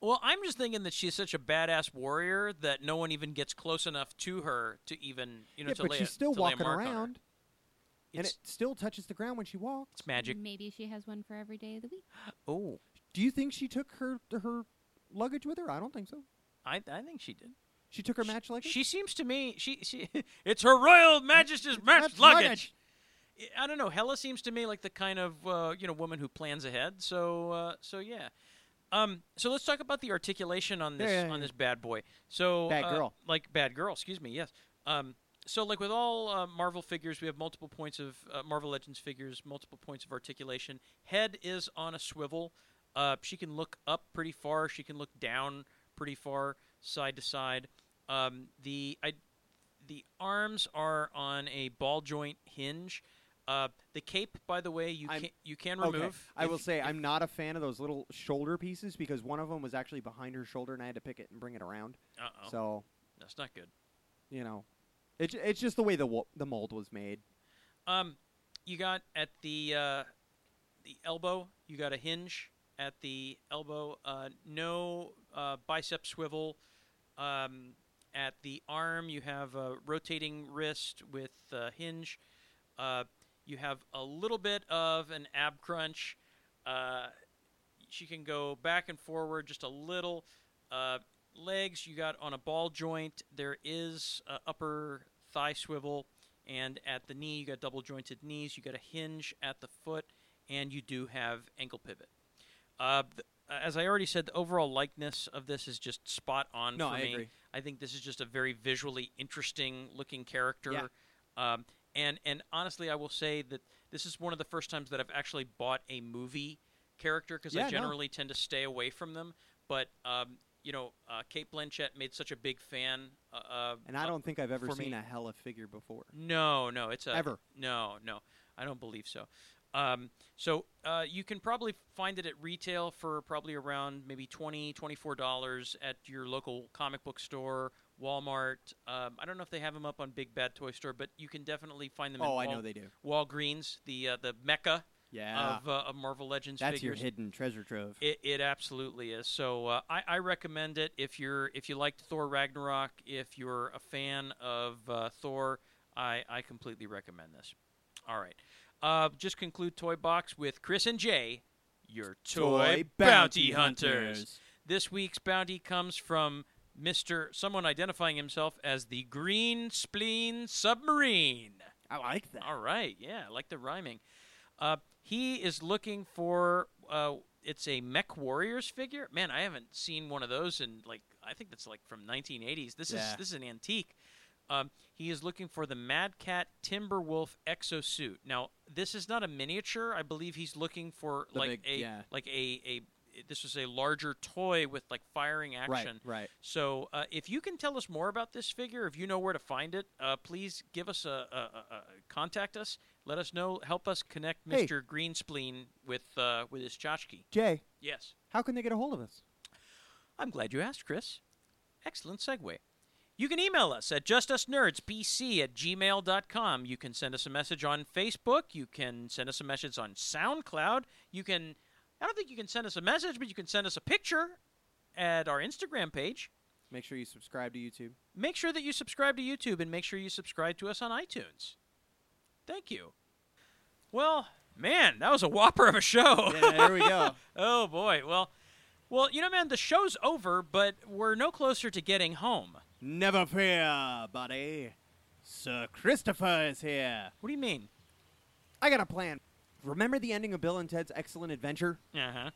S1: Well, I'm just thinking that she's such a badass warrior that no one even gets close enough to her to even, you know,
S2: yeah,
S1: to
S2: but
S1: lay
S2: she's
S1: a-
S2: still
S1: to lay a
S2: walking
S1: mark on her.
S2: around and
S1: It's,
S2: it still touches the ground when she walks.
S1: it's magic.
S5: Maybe she has one for every day of the week.
S2: Mm-hmm.
S1: Oh,
S2: Do you think she took her her luggage with her? I don't think so.
S1: I, I think she did.
S2: She took her match luggage.
S1: She seems to me she she it's her royal majesty's match
S2: match
S1: luggage. I I don't know. Hella seems to me like the kind of uh, you know woman who plans ahead. So uh, so yeah. Um, so let's talk about the articulation on this
S2: Yeah, yeah,
S1: on
S2: yeah.
S1: this bad boy. So
S2: Bad
S1: uh,
S2: girl.
S1: like bad girl. Excuse me. Yes. Um, so like with all uh, Marvel figures, we have multiple points of uh, Marvel Legends figures, multiple points of articulation. Head is on a swivel. Uh, she can look up pretty far. She can look down pretty far, side to side. Um, the I, the arms are on a ball joint hinge. Uh, the cape, by the way, you
S2: I'm-
S1: can you can remove.
S2: Okay. I
S1: if-
S2: will say
S1: if-
S2: I'm not a fan of those little shoulder pieces because one of them was actually behind her shoulder and I had to pick it and bring it around.
S1: Uh-oh.
S2: So
S1: that's not good.
S2: you know, it, ju- it's just the way the wo- the mold was made.
S1: Um, you got at the uh, the elbow. You got a hinge at the elbow. Uh, no uh, bicep swivel. Um, at the arm, you have a rotating wrist with uh, hinge. Uh, you have a little bit of an ab crunch. Uh, she can go back and forward just a little. Uh, legs you got on a ball joint. There is uh, upper thigh swivel, and at the knee you got double jointed knees. You got a hinge at the foot, and you do have ankle pivot. Uh, th- as I already said, the overall likeness of this is just spot on
S2: No,
S1: for
S2: I
S1: me.
S2: agree.
S1: I think this is just a very visually interesting looking character.
S2: Yeah.
S1: Um, and and honestly, I will say that this is one of the first times that I've actually bought a movie character because
S2: Yeah,
S1: I
S2: no.
S1: generally tend to stay away from them. But um, you know, uh, Kate Blanchett made such a big fan. Uh, uh,
S2: And I
S1: uh,
S2: don't think I've ever
S1: for
S2: seen
S1: me.
S2: a hella figure before.
S1: No, no, it's a
S2: Ever.
S1: No, no, I don't believe so. Um, so uh, you can probably find it at retail for probably around maybe 20 dollars at your local comic book store, Walmart. Um, I don't know if they have them up on Big Bad Toy Store, but you can definitely find them.
S2: Oh, I
S1: in
S2: know
S1: Wal-
S2: they do.
S1: Walgreens, the uh, the mecca
S2: Yeah,
S1: of, uh, of Marvel Legends
S2: that's
S1: figures.
S2: your hidden treasure trove.
S1: It, it absolutely is. So uh, I, I recommend it if you're if you liked Thor Ragnarok, if you're a fan of uh, Thor, I, I completely recommend this. All right, uh, just conclude Toy Box with Chris and Jay, your toy, bounty hunters. This week's bounty comes from Mister someone identifying himself as the Green Spleen Submarine.
S2: I like that.
S1: All right, yeah, I like the rhyming. Uh, he is looking for uh, it's a Mech Warriors figure. Man, I haven't seen one of those in like I think that's like from 1980s. This is
S2: Yeah.
S1: this is an antique. Um, he is looking for the Mad Cat Timberwolf exosuit. Now, this is not a miniature. I believe he's looking for
S2: The
S1: like
S2: big-
S1: a
S2: yeah.
S1: like a a this was a larger toy with like firing action.
S2: Right, right.
S1: So, uh, if you can tell us more about this figure, if you know where to find it, uh, please give us a, a, a, a contact us. Let us know. Help us connect
S2: Hey.
S1: Mr. Greenspleen with uh, with his tchotchke.
S2: Jay,
S1: Yes,
S2: how can they get a hold of us?
S1: I'm glad you asked, Chris. Excellent segue. You can email us at justusnerdsbc at gmail.com. You can send us a message on Facebook. You can send us a message on SoundCloud. You can, I don't think you can send us a message, but you can send us a picture at our Instagram page.
S2: Make sure you subscribe to YouTube.
S1: make sure that you subscribe to YouTube and make sure you subscribe to us on iTunes. Thank you. Well, man, that was a whopper of a show.
S2: Yeah, there we go.
S1: oh boy. Well, well, you know, man, the show's over, but we're no closer to getting home.
S2: Never fear, buddy. Sir Christopher is here.
S1: What do you mean?
S2: I got a plan. Remember the ending of Bill and Ted's Excellent Adventure?
S1: Uh huh.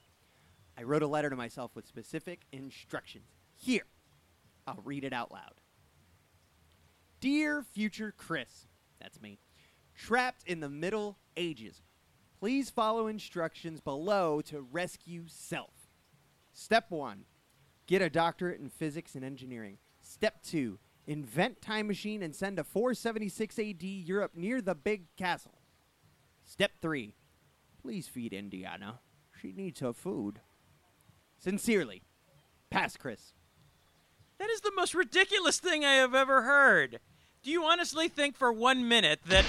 S2: I wrote a letter to myself with specific instructions. Here, I'll read it out loud. Dear future Chris, that's me, trapped in the Middle Ages, please follow instructions below to rescue self. Step one, get a doctorate in physics and engineering. Step two, invent time machine and send to 476 AD Europe near the big castle. Step three, please feed Indiana. She needs her food. Sincerely, pass Chris.
S1: That is the most ridiculous thing I have ever heard. Do you honestly think for one minute that.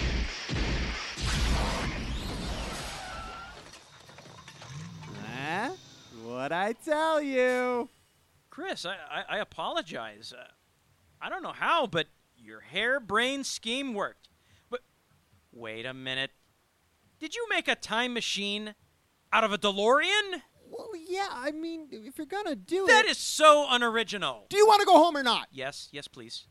S2: Huh? What I tell you?
S1: Chris, I, I, I apologize. Uh, I don't know how, but your harebrained scheme worked. But wait a minute. Did you make a time machine out of a DeLorean?
S2: Well, yeah, I mean, if you're gonna do
S1: That
S2: it,
S1: is so unoriginal.
S2: do you want to go home or not?
S1: Yes, yes, please.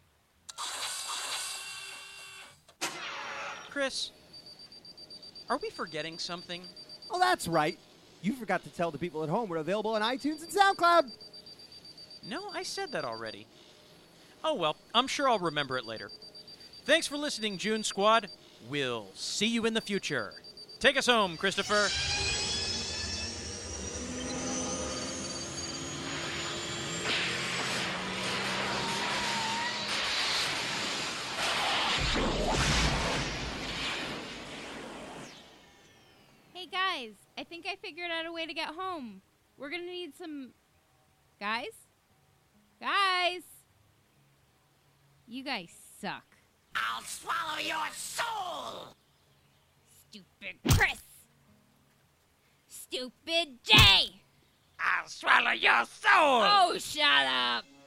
S1: Chris, are we forgetting something?
S2: Oh, that's right. You forgot to tell the people at home we're available on iTunes and SoundCloud.
S1: No, I said that already. Oh well, I'm sure I'll remember it later. Thanks for listening, June Squad. We'll see you in the future. Take us home, Christopher.
S5: Hey guys, I think I figured out a way to get home. We're gonna need some guys. Guys, you guys suck.
S3: I'll swallow your soul!
S5: Stupid Chris. Stupid Jay.
S3: I'll swallow your soul!
S5: Oh, shut up.